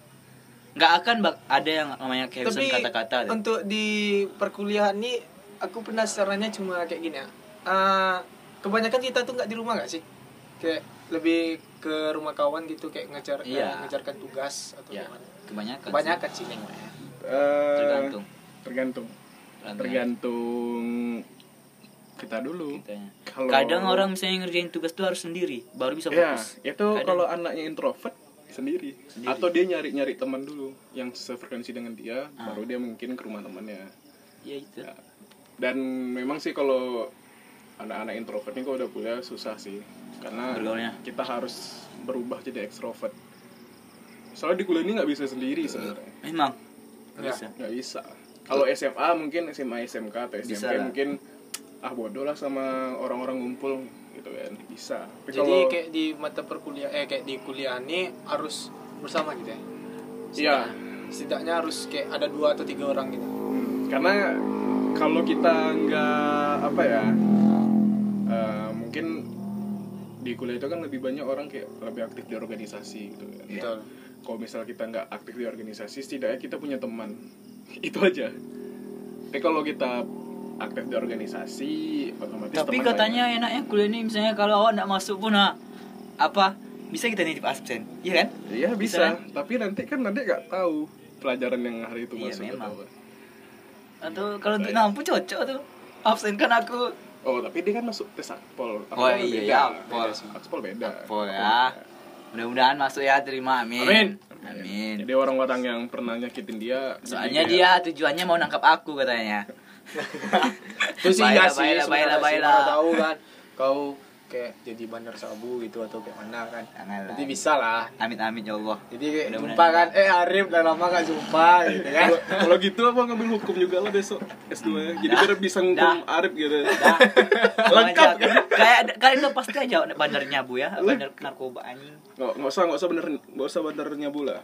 [SPEAKER 3] Nggak akan bak- ada yang namanya kehabisan
[SPEAKER 4] Tapi
[SPEAKER 3] kata-kata tuh.
[SPEAKER 4] untuk di perkuliahan nih aku penasarannya cuma kayak gini ya. Eh, kebanyakan kita tuh nggak di rumah nggak sih? Kayak lebih ke rumah kawan gitu kayak ngejar
[SPEAKER 3] Iya.
[SPEAKER 4] eh, ngejarkan tugas atau
[SPEAKER 3] Ya,
[SPEAKER 4] gimana.
[SPEAKER 3] kebanyakan. sih.
[SPEAKER 4] Kebanyakan sih nengoknya.
[SPEAKER 1] eh,
[SPEAKER 3] Tergantung.
[SPEAKER 1] tergantung tergantung kita dulu
[SPEAKER 3] kitanya.
[SPEAKER 1] Kalau-
[SPEAKER 3] Kadang orang misalnya ngerjain tugas tuh harus sendiri, baru bisa
[SPEAKER 1] ya
[SPEAKER 3] fokus.
[SPEAKER 1] itu
[SPEAKER 3] Kadang.
[SPEAKER 1] kalau anaknya introvert sendiri. atau dia nyari nyari teman dulu yang sefrekuensi dengan dia
[SPEAKER 3] Ah.
[SPEAKER 1] baru dia mungkin ke rumah temannya
[SPEAKER 3] Iya itu.
[SPEAKER 1] Ya. dan memang sih kalau anak-anak introvert ini kalau udah kuliah susah sih karena
[SPEAKER 3] Bergaulnya.
[SPEAKER 1] kita harus berubah jadi ekstrovert soalnya di kuliah ini nggak bisa sendiri sebenarnya
[SPEAKER 3] Memang.
[SPEAKER 4] Ya.
[SPEAKER 3] Bisa.
[SPEAKER 1] nggak bisa kalau SMA mungkin SMA SMK atau SMP
[SPEAKER 3] Bisa lah.
[SPEAKER 1] mungkin ah bodoh lah sama orang-orang ngumpul gitu kan bisa Tapi
[SPEAKER 4] Jadi
[SPEAKER 1] kalau-
[SPEAKER 4] kayak di mata perkuliah eh kayak di kuliah ini harus bersama gitu ya.
[SPEAKER 1] Iya.
[SPEAKER 4] Setidaknya- Setidaknya harus kayak ada dua atau tiga orang gitu.
[SPEAKER 1] Hmm, karena kalau kita nggak apa ya eh, mungkin di kuliah itu kan lebih banyak orang kayak lebih aktif di organisasi gitu kan
[SPEAKER 4] Betul.
[SPEAKER 1] (laughs) kalau misal kita nggak aktif di organisasi setidaknya kita punya teman (laughs) itu aja tapi kalau kita aktif di organisasi otomatis
[SPEAKER 3] Tapi
[SPEAKER 1] teman
[SPEAKER 3] katanya
[SPEAKER 1] banyak.
[SPEAKER 3] enaknya kuliah ini misalnya kalau awak nggak masuk pun ah, apa bisa kita nitip absen, iya kan?
[SPEAKER 1] iya
[SPEAKER 3] bisa
[SPEAKER 1] bisa, tapi nanti kan nanti nggak tahu pelajaran yang hari itu masuk
[SPEAKER 3] Iya,
[SPEAKER 1] atau
[SPEAKER 3] memang.
[SPEAKER 1] apa.
[SPEAKER 3] Atau kalau untuk nampu cocok tuh absen kan aku.
[SPEAKER 1] oh tapi dia kan masuk tes akpol
[SPEAKER 3] Oh,
[SPEAKER 1] Akpol
[SPEAKER 3] iya,
[SPEAKER 1] beda.
[SPEAKER 3] iya, akpol.
[SPEAKER 1] Beda sih. akpol beda
[SPEAKER 3] Apa
[SPEAKER 1] Akpol
[SPEAKER 3] ya?
[SPEAKER 1] beda.
[SPEAKER 3] Mudah-mudahan masuk ya terima amin.
[SPEAKER 1] Amin.
[SPEAKER 3] Amin.
[SPEAKER 1] Jadi orang-orang yang pernah nyakitin dia
[SPEAKER 3] Soalnya
[SPEAKER 1] jadi
[SPEAKER 3] dia tujuannya mau nangkap aku katanya.
[SPEAKER 4] Itu sih iya
[SPEAKER 3] Baiklah,
[SPEAKER 4] sih. sebenarnya
[SPEAKER 3] baiklah, baiklah,
[SPEAKER 4] sih.
[SPEAKER 3] baiklah.
[SPEAKER 4] Mana tahu kan kau kayak jadi bandar sabu gitu atau kayak mana kan.
[SPEAKER 3] Janganlah.
[SPEAKER 4] Nanti bisa lah.
[SPEAKER 3] Amin amin ya Allah.
[SPEAKER 4] Jadi kayak
[SPEAKER 3] Mudah-mudahan.
[SPEAKER 4] jumpa kan, eh Arif udah lama gak jumpa gitu kan.
[SPEAKER 1] Kalau- Kalau gitu apa ngambil hukum juga lah besok S2 -nya. Jadi
[SPEAKER 3] Dah.
[SPEAKER 1] biar bisa ngukum Arif gitu. Lengkap
[SPEAKER 3] Lengkap
[SPEAKER 1] kan?
[SPEAKER 3] Kayak kalian udah pasti aja bandar nyabu ya, bandar narkoba anjing.
[SPEAKER 1] Nggak, nggak usah, nggak usah bener, nggak usah benernya bula.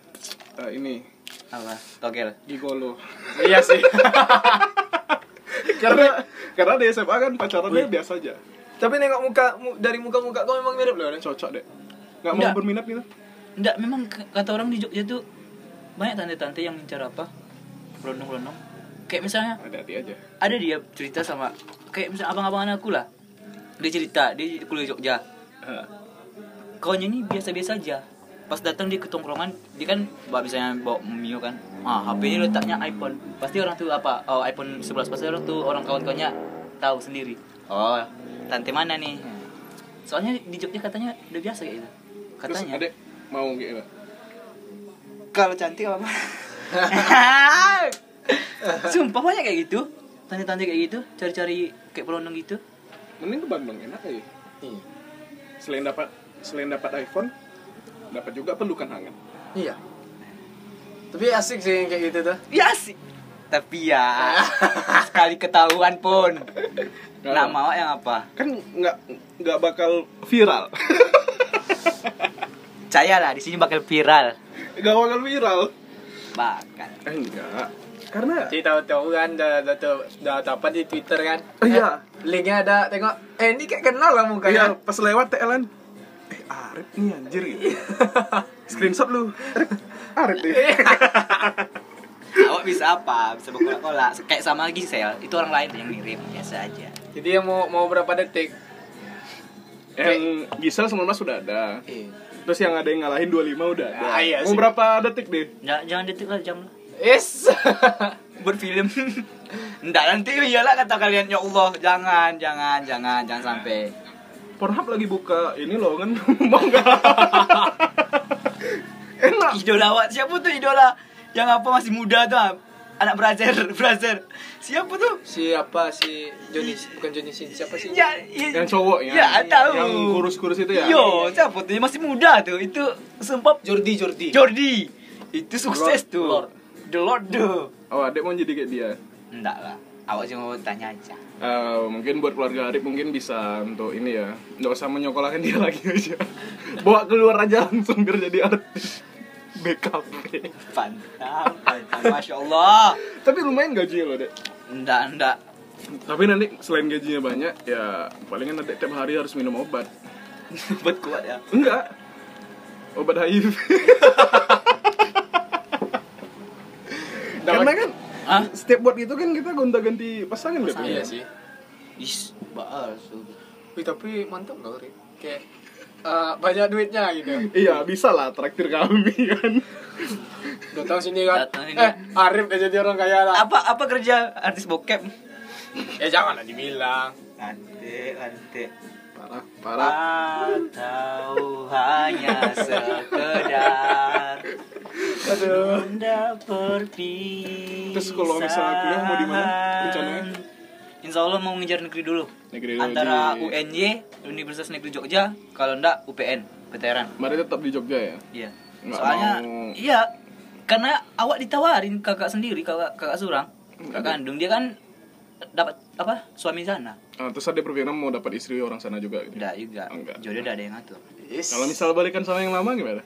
[SPEAKER 1] Eh, ini
[SPEAKER 3] Apa? Togel.
[SPEAKER 1] gigolo.
[SPEAKER 4] iya sih.
[SPEAKER 1] (laughs) karena karena di SMA kan pacarannya biasa aja.
[SPEAKER 4] Tapi nengok muka mu- dari muka-muka kau memang mirip loh. Ren.
[SPEAKER 1] Cocok deh. Nggak mau
[SPEAKER 3] Nggak.
[SPEAKER 1] berminat gitu.
[SPEAKER 3] Enggak, memang k- kata orang di Jogja tuh banyak tante-tante yang ngincar apa? Berondong-berondong. Kayak misalnya
[SPEAKER 1] Hati-hati aja.
[SPEAKER 3] ada dia cerita sama kayak misalnya abang-abangan aku lah. Dia cerita, dia kuliah di Jogja.
[SPEAKER 1] Hah.
[SPEAKER 3] Kawannya ini biasa-biasa aja. Pas datang di ketongkrongan, dia kan bawa misalnya bawa Mio kan. Ah, HP-nya letaknya iPhone. Pasti orang tuh apa? Oh, iPhone 11. Pasti orang tuh orang kawan-kawannya tahu sendiri. Oh, tante mana nih? Soalnya di Jogja katanya udah biasa kayak gitu.
[SPEAKER 1] Terus
[SPEAKER 3] Katanya.
[SPEAKER 1] adek mau gitu.
[SPEAKER 3] kalau cantik apa (laughs) sumpah banyak kayak gitu tante-tante kayak gitu cari-cari kayak pelonong gitu
[SPEAKER 1] Mending ke Bandung enak aja.
[SPEAKER 4] Iya.
[SPEAKER 1] Selain dapat selain dapat iPhone, dapat juga pelukan hangat.
[SPEAKER 4] Iya. Tapi asik sih yang kayak gitu tuh.
[SPEAKER 3] ya sih tapi (laughs) ya sekali ketahuan pun
[SPEAKER 1] Kalau-
[SPEAKER 3] nama awak yang apa
[SPEAKER 1] kan nggak nggak bakal viral (laughs)
[SPEAKER 3] percaya lah di sini bakal viral
[SPEAKER 1] nggak bakal viral
[SPEAKER 3] bakal
[SPEAKER 4] Eh,
[SPEAKER 1] enggak karena
[SPEAKER 4] Jadi tahu-tahu kan udah udah tuh- udah dapat di Twitter kan.
[SPEAKER 1] Oh, iya.
[SPEAKER 4] Eh, Linknya ada tengok. Eh ini kayak kenal lah
[SPEAKER 1] kayak
[SPEAKER 4] mukanya.
[SPEAKER 1] pas lewat TLN eh Arif nih anjir gitu screenshot lu Arif Arif nih
[SPEAKER 3] awak bisa apa bisa berkolak-kolak kayak sama Gisel itu orang lain tuh yang mirip biasa aja
[SPEAKER 4] (laughs) Jadi yang mau mau berapa detik?
[SPEAKER 1] yang Gisel 19 sudah ada
[SPEAKER 4] Iya.
[SPEAKER 1] terus yang ada yang ngalahin 25 udah ada
[SPEAKER 4] Ah, iya
[SPEAKER 1] mau
[SPEAKER 4] sih.
[SPEAKER 1] berapa detik deh
[SPEAKER 3] jangan, jangan detik lah jam lah (laughs)
[SPEAKER 4] Yes.
[SPEAKER 3] buat film Nggak nanti iyalah kata kalian ya Allah jangan jangan jangan jangan sampai
[SPEAKER 1] Pornhub lagi buka ini loh kan (laughs) mau nggak enak
[SPEAKER 3] idola awak siapa tuh idola yang apa masih muda tuh ah? anak Brazil (laughs) Brazil siapa tuh
[SPEAKER 4] siapa si Joni bukan Joni Sin siapa sih?
[SPEAKER 3] ya, ya
[SPEAKER 1] yang cowok ya,
[SPEAKER 3] ya tahu
[SPEAKER 1] yang kurus-kurus itu ya
[SPEAKER 3] yo siapa tuh masih muda tuh itu sumpah
[SPEAKER 4] Jordi Jordi.
[SPEAKER 3] Jordi itu sukses
[SPEAKER 4] Lord,
[SPEAKER 3] tuh
[SPEAKER 4] Lord.
[SPEAKER 3] the Lord tuh
[SPEAKER 1] oh adek mau jadi kayak dia
[SPEAKER 3] enggak lah awak cuma mau tanya aja
[SPEAKER 1] Eh, mungkin buat keluarga Arif mungkin bisa untuk ini ya nggak usah menyokolahkan dia (laughs) lagi aja bawa keluar aja langsung biar jadi artis (laughs) BKP
[SPEAKER 3] pantang pantang masya Allah
[SPEAKER 1] tapi lumayan gajinya loh dek
[SPEAKER 3] enggak enggak (laughs)
[SPEAKER 1] tapi nanti selain gajinya banyak ya palingan nanti tiap hari harus minum obat
[SPEAKER 3] buat kuat ya
[SPEAKER 1] enggak obat HIV (laughs) karena kan
[SPEAKER 3] Hah?
[SPEAKER 1] setiap buat itu kan kita gonta-ganti pasangan gitu
[SPEAKER 4] Iya sih.
[SPEAKER 3] Is, baal sudah.
[SPEAKER 4] Wih, tapi mantap loh Rin. Kayak eh, banyak duitnya gitu.
[SPEAKER 1] iya bisa lah traktir kami (laughs) kan
[SPEAKER 4] Datang sini kan.
[SPEAKER 3] Datang sini.
[SPEAKER 4] Eh, Arif udah jadi orang kaya lah.
[SPEAKER 3] Apa apa kerja artis bokep?
[SPEAKER 4] Ya janganlah dibilang.
[SPEAKER 3] Nanti, nanti.
[SPEAKER 1] parah parah
[SPEAKER 3] Atau hanya sekedar
[SPEAKER 4] Aduh.
[SPEAKER 3] Bunda perpisahan
[SPEAKER 1] Terus kalau misalnya kuliah mau di mana rencananya?
[SPEAKER 3] Insya Allah mau ngejar negeri dulu
[SPEAKER 1] Negeri dulu,
[SPEAKER 3] Antara
[SPEAKER 1] Ji.
[SPEAKER 3] UNY, Universitas Negeri Jogja Kalau enggak UPN, Veteran
[SPEAKER 1] Mari tetap di Jogja ya.
[SPEAKER 3] Iya.
[SPEAKER 1] Nggak
[SPEAKER 3] Soalnya
[SPEAKER 1] mau-
[SPEAKER 3] iya karena awak ditawarin kakak sendiri kakak kakak surang kakak kandung dia kan dapat apa suami sana
[SPEAKER 1] Ah, terus dia pergi mau dapat istri orang sana juga gitu.
[SPEAKER 3] udah juga
[SPEAKER 1] Oh, enggak.
[SPEAKER 3] jodoh udah ada yang ngatur
[SPEAKER 4] Is.
[SPEAKER 1] Kalau misal balikan sama yang lama gimana?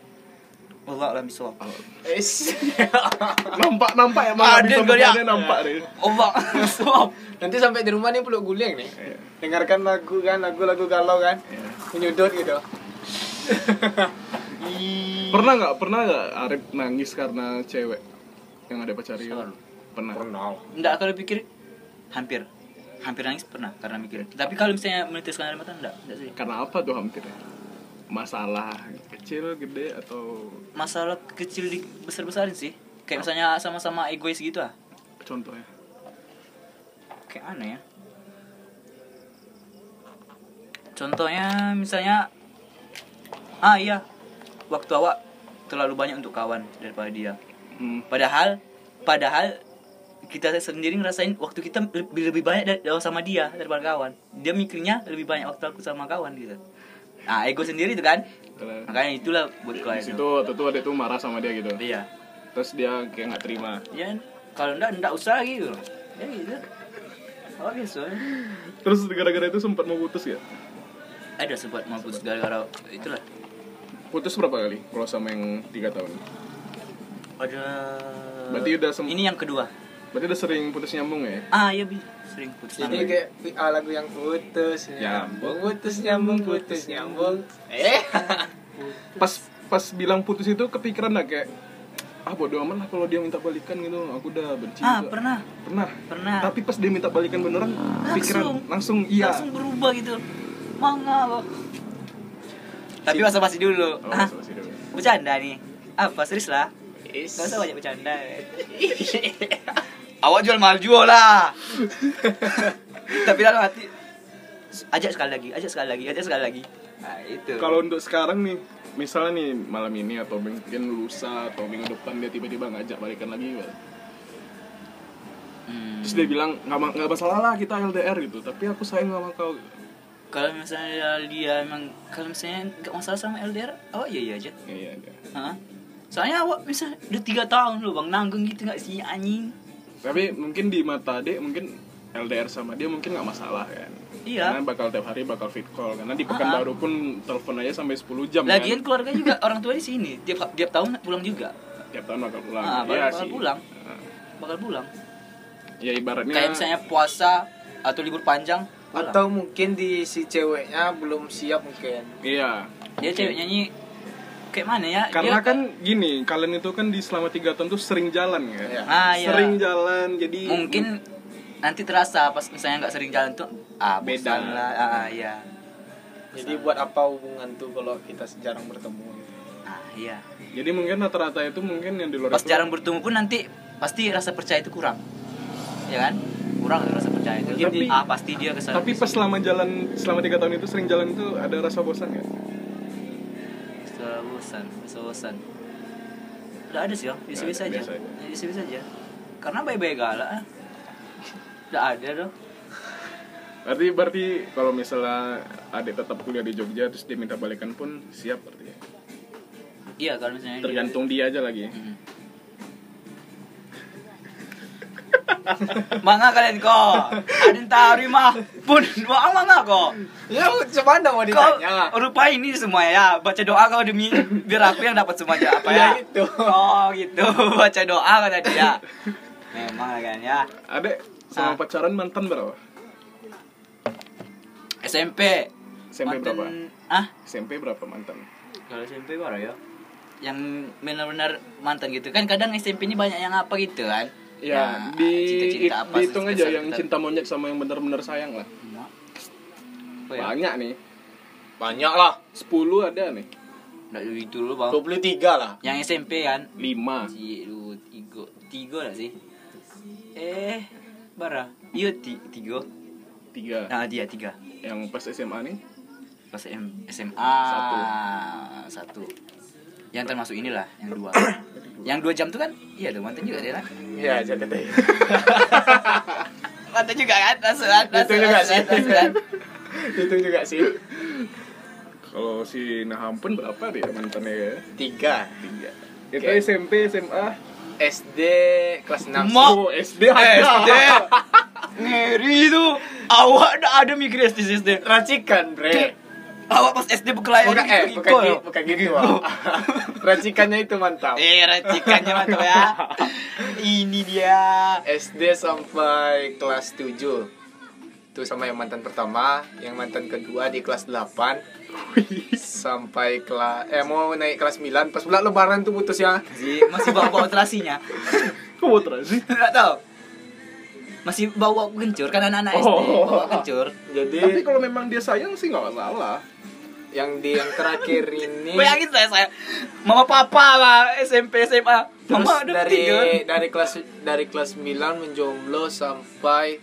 [SPEAKER 3] Allah lah misal
[SPEAKER 4] (laughs) Is.
[SPEAKER 1] (laughs) nampak nampak ya malah
[SPEAKER 4] Ada
[SPEAKER 1] bisa
[SPEAKER 4] gua lihat.
[SPEAKER 1] mukanya nampak deh.
[SPEAKER 3] Allah (laughs) misal
[SPEAKER 4] Nanti sampai di rumah nih peluk guling nih.
[SPEAKER 1] Iya.
[SPEAKER 4] Dengarkan lagu kan, lagu-lagu galau kan.
[SPEAKER 1] Iya.
[SPEAKER 4] Menyudut gitu. (laughs)
[SPEAKER 1] Pernah nggak pernah nggak Arif nangis karena cewek yang ada pacar
[SPEAKER 3] Selalu.
[SPEAKER 1] Pernah.
[SPEAKER 3] enggak kalau pikir hampir hampir nangis pernah karena mikir tapi kalau misalnya meneteskan air mata enggak enggak sih
[SPEAKER 1] Karena apa tuh hampir? ya? Masalah kecil, gede atau
[SPEAKER 3] masalah kecil di besar besarin sih kayak misalnya sama-sama egois gitu ah
[SPEAKER 1] contohnya?
[SPEAKER 3] kayak aneh ya contohnya misalnya ah iya waktu awak terlalu banyak untuk kawan daripada dia
[SPEAKER 1] Hmm.
[SPEAKER 3] padahal padahal kita sendiri ngerasain waktu kita lebih lebih banyak dari sama dia daripada kawan dia mikirnya lebih banyak waktu aku sama kawan gitu nah ego sendiri itu kan
[SPEAKER 1] Karena
[SPEAKER 3] makanya itulah
[SPEAKER 1] Di
[SPEAKER 3] buat kalian
[SPEAKER 1] situ waktu itu ada tuh marah sama dia gitu.
[SPEAKER 3] iya
[SPEAKER 1] Terus dia kayak nggak terima.
[SPEAKER 3] ya kalau enggak enggak usah gitu ya gitu oh biasa
[SPEAKER 1] Terus gara-gara itu sempat mau putus ya?
[SPEAKER 3] ada sempat mampus gara-gara itulah
[SPEAKER 1] Putus berapa kali? Kalau sama yang tiga tahun?
[SPEAKER 3] ada
[SPEAKER 1] Berarti udah sem-
[SPEAKER 3] ini yang kedua
[SPEAKER 1] Berarti udah sering putus nyambung ya?
[SPEAKER 3] ah iya Bi. sering putus
[SPEAKER 4] Jadi
[SPEAKER 3] nyambung.
[SPEAKER 4] kayak ah, lagu yang putus ya.
[SPEAKER 1] Nyambung.
[SPEAKER 4] putus nyambung, putus nyambung. Eh.
[SPEAKER 1] Pas pas bilang putus itu kepikiran nggak kayak ah bodo amat lah kalau dia minta balikan gitu aku udah benci
[SPEAKER 3] ah
[SPEAKER 1] juga."
[SPEAKER 3] pernah
[SPEAKER 1] pernah
[SPEAKER 3] pernah
[SPEAKER 1] tapi pas dia minta balikan beneran pikiran langsung iya
[SPEAKER 3] langsung berubah gitu manga loh tapi masa masih dulu
[SPEAKER 1] Oh,
[SPEAKER 3] ah
[SPEAKER 1] masih dulu.
[SPEAKER 3] bercanda nih apa serius lah
[SPEAKER 4] Is.
[SPEAKER 3] nggak usah banyak bercanda (laughs) awak jual mahal jual lah (laughs) tapi dalam hati ajak sekali lagi ajak sekali lagi ajak sekali lagi nah Ah, itu
[SPEAKER 1] kalau untuk sekarang nih misalnya nih malam ini atau mungkin lusa atau minggu depan dia tiba-tiba ngajak balikan lagi gitu.
[SPEAKER 3] Hmm.
[SPEAKER 1] terus dia bilang nggak ma- nggak masalah lah kita LDR gitu tapi aku sayang sama kau
[SPEAKER 3] kalau misalnya dia emang kalau misalnya nggak masalah sama LDR awak iya iya aja
[SPEAKER 1] iya iya.
[SPEAKER 3] Hah? soalnya awak misalnya udah tiga tahun loh bang nanggung gitu nggak sih anjing
[SPEAKER 1] tapi mungkin di mata dek mungkin LDR sama dia mungkin nggak masalah kan
[SPEAKER 3] Iya.
[SPEAKER 1] karena bakal tiap hari bakal fit call karena di
[SPEAKER 3] Ah, ah.
[SPEAKER 1] pekanbaru pun telepon aja sampai 10 jam
[SPEAKER 3] Lagian
[SPEAKER 1] kan
[SPEAKER 3] keluarga
[SPEAKER 1] (laughs)
[SPEAKER 3] juga orang tua di sini tiap tiap tahun pulang juga.
[SPEAKER 1] tiap tahun bakal pulang
[SPEAKER 3] Ah,
[SPEAKER 1] Iya
[SPEAKER 3] bakal
[SPEAKER 1] sih.
[SPEAKER 3] pulang.
[SPEAKER 1] Ah.
[SPEAKER 3] Bakal pulang.
[SPEAKER 1] ya ibaratnya
[SPEAKER 3] Kayak misalnya puasa atau libur panjang pulang.
[SPEAKER 4] Atau mungkin di si ceweknya belum siap mungkin.
[SPEAKER 1] iya
[SPEAKER 3] dia cewek nyanyi kayak mana ya?
[SPEAKER 1] Karena
[SPEAKER 3] Dia-
[SPEAKER 1] kan gini, kalian itu kan di selama tiga tahun tuh sering jalan kan?
[SPEAKER 4] Iya.
[SPEAKER 3] Ah, iya.
[SPEAKER 1] Sering jalan, jadi
[SPEAKER 3] mungkin nanti terasa pas misalnya nggak sering jalan tuh ah bosan
[SPEAKER 1] Beda.
[SPEAKER 3] lah ah, ah, iya
[SPEAKER 4] Jadi buat apa hubungan tuh kalau kita jarang bertemu gitu.
[SPEAKER 3] ah iya
[SPEAKER 1] jadi mungkin rata-rata itu mungkin yang di luar
[SPEAKER 3] pas
[SPEAKER 1] itu-
[SPEAKER 3] jarang bertemu pun nanti pasti rasa percaya itu kurang ya kan kurang rasa percaya itu
[SPEAKER 1] Tapi-
[SPEAKER 3] ah pasti dia kesana
[SPEAKER 1] Tapi pas selama jalan, selama tiga tahun itu sering jalan itu ada rasa bosan ya?
[SPEAKER 3] Setelah bosan, setelah bosan. Nggak ada sih, Om. Biasa-biasa
[SPEAKER 1] Nggak ada,
[SPEAKER 3] aja.
[SPEAKER 1] biasa aja.
[SPEAKER 3] Biasa-biasa aja. Karena baik-baik galak. ah. Nggak ada dong.
[SPEAKER 1] Berarti berarti kalau misalnya adik tetap kuliah di Jogja terus dia minta balikan pun siap berarti ya?
[SPEAKER 3] Iya, kalau misalnya dia-
[SPEAKER 1] Tergantung dia aja lagi.
[SPEAKER 3] (laughs) Mm. manga kalian kok. Ada tari mah. Pun doa manga kok.
[SPEAKER 4] Ya, cuman mau
[SPEAKER 3] Kok
[SPEAKER 4] ditanya.
[SPEAKER 3] rupa ini semua ya. Baca doa kau demi biar aku yang dapat semuanya apa ya.
[SPEAKER 4] Ya, gitu.
[SPEAKER 3] Oh, gitu. (laughs) Baca doa kau tadi ya. Memang lah kan ya.
[SPEAKER 1] Adek sama
[SPEAKER 3] Ah.
[SPEAKER 1] pacaran mantan berapa?
[SPEAKER 3] SMP.
[SPEAKER 1] SMP berapa?
[SPEAKER 3] Ah,
[SPEAKER 1] SMP berapa mantan?
[SPEAKER 3] Kalau SMP baru ya. Yang benar-benar mantan gitu kan kadang SMP ini banyak yang apa gitu kan.
[SPEAKER 1] Ya,
[SPEAKER 3] Nah,
[SPEAKER 1] di
[SPEAKER 3] cinta-cinta apa
[SPEAKER 1] dihitung aja
[SPEAKER 3] sebesar
[SPEAKER 1] yang
[SPEAKER 3] kita-
[SPEAKER 1] cinta monyet sama yang benar-benar sayang lah.
[SPEAKER 3] Oh ya,
[SPEAKER 1] Banyak nih.
[SPEAKER 4] Banyak lah.
[SPEAKER 1] 10 ada nih.
[SPEAKER 3] enggak itu dulu, Bang.
[SPEAKER 4] 23 lah.
[SPEAKER 3] Yang SMP kan.
[SPEAKER 1] 5.
[SPEAKER 3] Si lu tiga, tiga lah sih. Eh, bara. Iya, ti- tiga.
[SPEAKER 1] 3.
[SPEAKER 3] Nah, dia tiga.
[SPEAKER 1] yang pas SMA nih
[SPEAKER 3] Pas M- SMA
[SPEAKER 1] Satu.
[SPEAKER 3] satu. Yang termasuk inilah, yang dua. yang dua jam tuh kan, iya tuh mantan juga dia lah.
[SPEAKER 4] Iya, jadi deh. (laughs)
[SPEAKER 3] Mantan juga kan, langsung kan,
[SPEAKER 4] Itu
[SPEAKER 3] langsung,
[SPEAKER 4] juga
[SPEAKER 3] langsung,
[SPEAKER 4] sih.
[SPEAKER 3] langsung kan.
[SPEAKER 4] Itu juga sih.
[SPEAKER 1] kalau si Naham pun berapa dia mantannya ya
[SPEAKER 4] 3
[SPEAKER 1] tiga itu
[SPEAKER 4] Oke.
[SPEAKER 1] SMP SMA
[SPEAKER 4] SD kelas Eh, 6.
[SPEAKER 1] (laughs) oh
[SPEAKER 3] Mo- Eh,
[SPEAKER 1] SD ada
[SPEAKER 3] SD Ngeri itu. Awak dah ada mikir SD SD.
[SPEAKER 4] Racikan, bre.
[SPEAKER 3] Awak pas SD berkelahi ya?
[SPEAKER 4] Bukan, eh, bukan, gi- bukan gitu. Wak. Racikannya itu mantap.
[SPEAKER 3] Eh, racikannya mantap ya. Ini dia.
[SPEAKER 4] SD sampai kelas 7 Itu sama yang mantan pertama Yang mantan kedua di kelas 8 Sampai kelas Eh mau naik kelas 9 Pas pula lebaran tuh putus ya
[SPEAKER 3] Ji, masih bawa-bawa terasinya.
[SPEAKER 1] Kok buat sih?
[SPEAKER 3] Enggak tahu. Masih bawa kencur kan anak-anak SD
[SPEAKER 1] Oh.
[SPEAKER 3] bawa kencur.
[SPEAKER 1] Tapi
[SPEAKER 4] Jadi
[SPEAKER 1] kalau memang dia sayang sih nggak masalah.
[SPEAKER 4] yang di yang terakhir ini
[SPEAKER 3] Bayangin saya saya mama papa lah SMP SMA.
[SPEAKER 4] Terus
[SPEAKER 3] Mama ada
[SPEAKER 4] dari
[SPEAKER 3] tiga.
[SPEAKER 4] dari kelas dari kelas 9 menjomblo sampai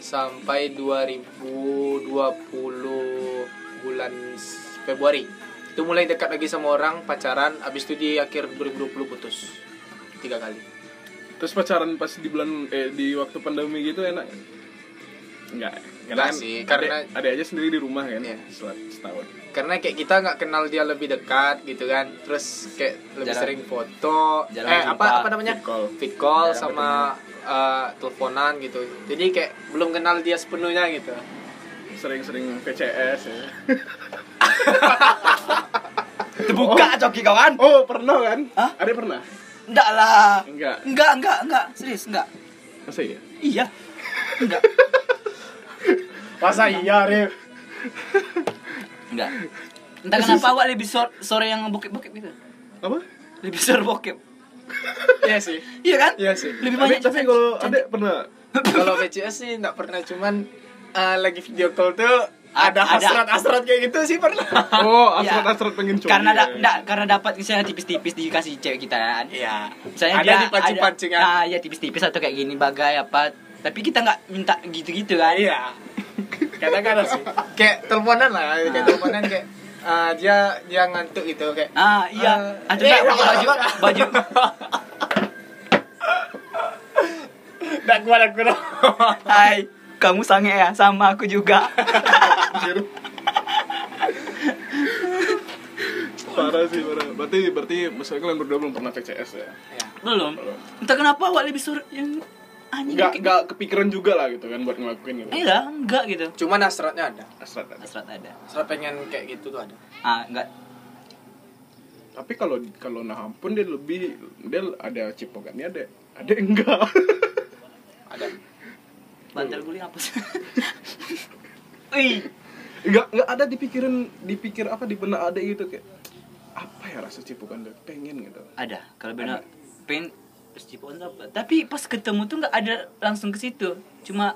[SPEAKER 4] sampai 2020 bulan S- Februari. Itu mulai dekat lagi sama orang pacaran habis itu di akhir 2020 putus. Tiga kali.
[SPEAKER 1] Terus pacaran pas di bulan eh di waktu pandemi gitu enak kan? Enggak.
[SPEAKER 4] Enggak sih, karena-
[SPEAKER 1] ada, aja sendiri di rumah kan
[SPEAKER 4] Iya.
[SPEAKER 1] sel- setahun.
[SPEAKER 4] Karena kayak kita nggak kenal dia lebih dekat gitu kan. Terus kayak lebih
[SPEAKER 3] Jarang-
[SPEAKER 4] sering foto.
[SPEAKER 3] jarang
[SPEAKER 4] eh apa
[SPEAKER 3] jumpa.
[SPEAKER 4] apa namanya?
[SPEAKER 1] Fit call.
[SPEAKER 4] Fit call
[SPEAKER 3] Jarang
[SPEAKER 4] sama eh, teleponan gitu. Jadi kayak belum kenal dia sepenuhnya gitu.
[SPEAKER 1] Sering-sering PCS ya.
[SPEAKER 3] Terbuka coki kawan.
[SPEAKER 1] Oh, pernah kan?
[SPEAKER 3] Hah?
[SPEAKER 1] Ada pernah?
[SPEAKER 3] Enggak lah.
[SPEAKER 1] Enggak.
[SPEAKER 3] Enggak, enggak, enggak. Serius enggak.
[SPEAKER 1] Masa iya?
[SPEAKER 3] Iya. Enggak.
[SPEAKER 4] Masa iya, Rif?
[SPEAKER 3] Enggak. Entah kenapa awak lebih sor- sore yang bokep-bokep gitu.
[SPEAKER 1] Apa?
[SPEAKER 3] Lebih sore bokep.
[SPEAKER 4] Iya sih.
[SPEAKER 3] Iya kan?
[SPEAKER 4] Iya sih.
[SPEAKER 3] Lebih
[SPEAKER 1] Tapi,
[SPEAKER 3] banyak.
[SPEAKER 1] tapi kalau ada pernah
[SPEAKER 4] kalau BCS sih nggak pernah cuman eh, lagi video call tuh ada
[SPEAKER 3] Ada.
[SPEAKER 4] hasrat-hasrat kayak gitu sih pernah
[SPEAKER 1] Oh,
[SPEAKER 3] Iya.
[SPEAKER 1] asrat-asrat pengen coli.
[SPEAKER 3] karena da
[SPEAKER 1] ya.
[SPEAKER 3] da- karena dapat misalnya tipis-tipis dikasih cewek kita kan.
[SPEAKER 4] iya ada kan.
[SPEAKER 3] Misalnya dia
[SPEAKER 4] di pancing-pancing
[SPEAKER 3] ada- Nah, iya tipis-tipis atau kayak gini bagai apa. Tapi kita nggak minta gitu-gitu kan.
[SPEAKER 4] iya kadang-kadang sih (laughs) kayak teleponan lah kayak
[SPEAKER 3] Ah.
[SPEAKER 4] teleponan kayak eh, dia dia ngantuk gitu kayak
[SPEAKER 3] Ah, iya.
[SPEAKER 4] eh,
[SPEAKER 3] Ada
[SPEAKER 4] eh,
[SPEAKER 3] nggak baju
[SPEAKER 4] (laughs)
[SPEAKER 3] baju
[SPEAKER 4] dak gua dak gua
[SPEAKER 3] Hai, kamu sange ya sama aku
[SPEAKER 4] (laughs)
[SPEAKER 3] juga.
[SPEAKER 1] Parah sih, parah. Berarti berarti maksudnya kalian berdua belum pernah PCS ya?
[SPEAKER 3] Belum. Entah kenapa awak lebih sore yang anjing.
[SPEAKER 1] Enggak enggak kepikiran juga lah gitu kan buat ngelakuin gitu.
[SPEAKER 4] Eh.
[SPEAKER 3] Iya, enggak gitu.
[SPEAKER 4] cuman hasratnya ada
[SPEAKER 1] Asrat.
[SPEAKER 3] Hasrat ada.
[SPEAKER 4] hasrat pengen kayak gitu tuh ada
[SPEAKER 3] Ah, enggak.
[SPEAKER 1] Tapi kalau kalau nah ampun dia lebih dia ada cipokannya ada ada enggak. (laughs)
[SPEAKER 4] ada
[SPEAKER 3] Bantal guling apa sih? Wih,
[SPEAKER 1] enggak enggak ada dipikirin dipikir apa di benak ada gitu kayak apa ya rasa cipokan dia pengen gitu.
[SPEAKER 3] ada. Kalau benar pengen terus cipokan tuh apa? Tapi pas ketemu tuh nggak ada langsung ke situ. Cuma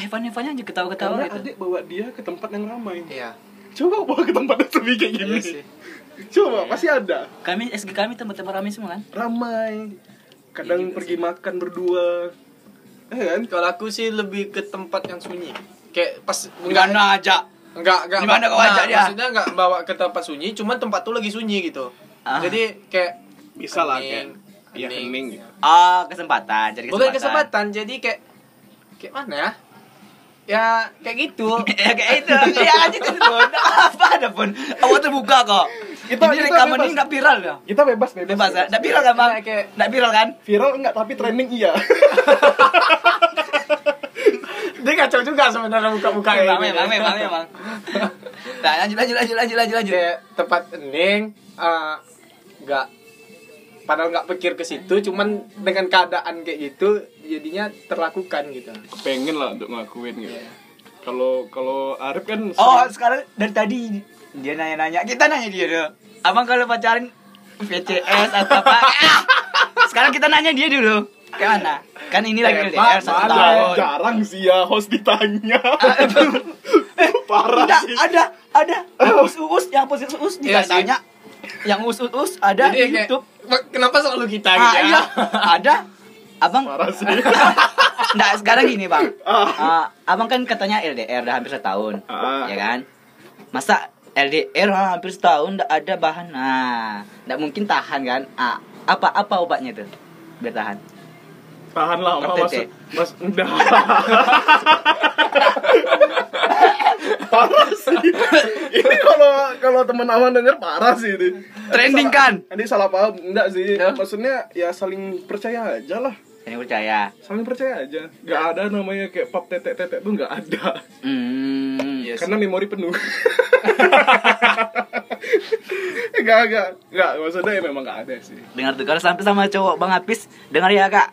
[SPEAKER 3] Evan-Evannya aja ketawa-ketawa
[SPEAKER 1] Karena
[SPEAKER 3] gitu.
[SPEAKER 1] adik bawa dia ke tempat yang ramai.
[SPEAKER 4] iya
[SPEAKER 1] Coba bawa ke tempat yang sepi kayak gini.
[SPEAKER 4] Iya sih.
[SPEAKER 3] Iya.
[SPEAKER 1] Coba pasti ada.
[SPEAKER 3] Kami SG kami tempat-tempat ramai semua kan?
[SPEAKER 1] ramai
[SPEAKER 3] Iya
[SPEAKER 1] kadang pergi makan berdua eh kan
[SPEAKER 4] kalau aku sih lebih ke tempat yang sunyi kayak pas
[SPEAKER 3] Enggak aja.
[SPEAKER 4] Enggak, enggak.
[SPEAKER 3] Di mana kau
[SPEAKER 4] Nah,
[SPEAKER 3] ajak dia?
[SPEAKER 4] Maksudnya enggak bawa ke tempat sunyi, cuman tempat tuh lagi sunyi gitu.
[SPEAKER 3] Ah.
[SPEAKER 4] Jadi kayak
[SPEAKER 1] bisa lah
[SPEAKER 4] Hening,
[SPEAKER 1] kan iya
[SPEAKER 4] hening.
[SPEAKER 1] hening
[SPEAKER 3] Ah, kesempatan, cari kesempatan.
[SPEAKER 4] bukan kesempatan, jadi kayak kayak mana ya? Ya kayak gitu.
[SPEAKER 3] (laughs) ya kayak itu. Ya anjing itu pun. Apa ada pun. Awak terbuka kok.
[SPEAKER 1] Kita-
[SPEAKER 3] ini
[SPEAKER 1] kita
[SPEAKER 3] rekaman
[SPEAKER 1] bebas.
[SPEAKER 3] ini enggak viral ya?
[SPEAKER 1] kita bebas bebas,
[SPEAKER 3] Bebas ya?
[SPEAKER 1] bebas.
[SPEAKER 3] Enggak viral kan, Bang?
[SPEAKER 4] Kita kayak-
[SPEAKER 3] Enggak viral kan?
[SPEAKER 1] viral enggak tapi trending iya
[SPEAKER 4] (laughs) Dia kacau juga sebenarnya buka-buka kayak
[SPEAKER 3] Memang,
[SPEAKER 4] gini.
[SPEAKER 3] memang, memang, memang. Nah, lanjut, lanjut, lanjut, lanjut, lanjut, lanjut.
[SPEAKER 4] Kayak tempat hening eh, enggak padahal nggak pikir ke situ cuman dengan keadaan kayak gitu jadinya terlakukan gitu
[SPEAKER 1] pengen lah untuk ngelakuin gitu kalau kalau Arif kan
[SPEAKER 3] Iya. Oh,
[SPEAKER 1] sering-
[SPEAKER 3] sekarang dari tadi dia nanya-nanya, kita nanya dia dulu. Abang kalau pacaran VCS atau
[SPEAKER 4] (laughs)
[SPEAKER 3] apa? Ah! sekarang kita nanya dia dulu. Kayak mana? Kan ini
[SPEAKER 4] Eh,
[SPEAKER 3] lagi
[SPEAKER 4] ma-
[SPEAKER 3] LDR satu
[SPEAKER 4] mana?
[SPEAKER 1] Jarang-
[SPEAKER 3] tahun.
[SPEAKER 1] jarang sih ya host
[SPEAKER 3] (laughs)
[SPEAKER 1] ditanya parah
[SPEAKER 3] Eh, Enggak,
[SPEAKER 1] sih
[SPEAKER 3] ada, ada.
[SPEAKER 4] (laughs)
[SPEAKER 3] Yang us-us, yang posisi us
[SPEAKER 4] Iya sih.
[SPEAKER 3] ditanya. Yang us-us ada
[SPEAKER 4] Jadi
[SPEAKER 3] di
[SPEAKER 4] kayak,
[SPEAKER 3] YouTube.
[SPEAKER 4] kenapa selalu kita
[SPEAKER 3] Ah,
[SPEAKER 4] gitu ya?
[SPEAKER 3] iya, ada. Abang,
[SPEAKER 1] parah
[SPEAKER 3] (laughs)
[SPEAKER 1] sih
[SPEAKER 3] enggak, sekarang gini bang.
[SPEAKER 1] Ah.
[SPEAKER 3] Ah, abang kan katanya LDR udah hampir setahun,
[SPEAKER 1] Ah.
[SPEAKER 3] ya kan? Masa LDR ha- hampir setahun ndak ada bahan, nah, ndak mungkin tahan kan? Ah, apa apa obatnya tuh biar tahan?
[SPEAKER 1] tahan lama
[SPEAKER 3] Ngerti,
[SPEAKER 1] masuk
[SPEAKER 3] Teh?
[SPEAKER 1] mas udah (laughs) parah sih ini kalau kalau teman aman denger parah sih ini
[SPEAKER 3] Trending
[SPEAKER 1] Salah-
[SPEAKER 3] kan?
[SPEAKER 1] ini salah paham enggak sih
[SPEAKER 3] Ya.
[SPEAKER 1] maksudnya ya saling percaya aja lah
[SPEAKER 3] saling percaya
[SPEAKER 1] saling percaya aja nggak
[SPEAKER 3] Ya.
[SPEAKER 1] ada namanya kayak pap tetek tetek tuh nggak ada
[SPEAKER 3] hmm
[SPEAKER 4] Iya sih.
[SPEAKER 1] karena memori penuh (laughs) nggak nggak nggak maksudnya ya memang nggak ada sih
[SPEAKER 3] dengar tuh kalau sampai sama cowok bang Apis dengar ya kak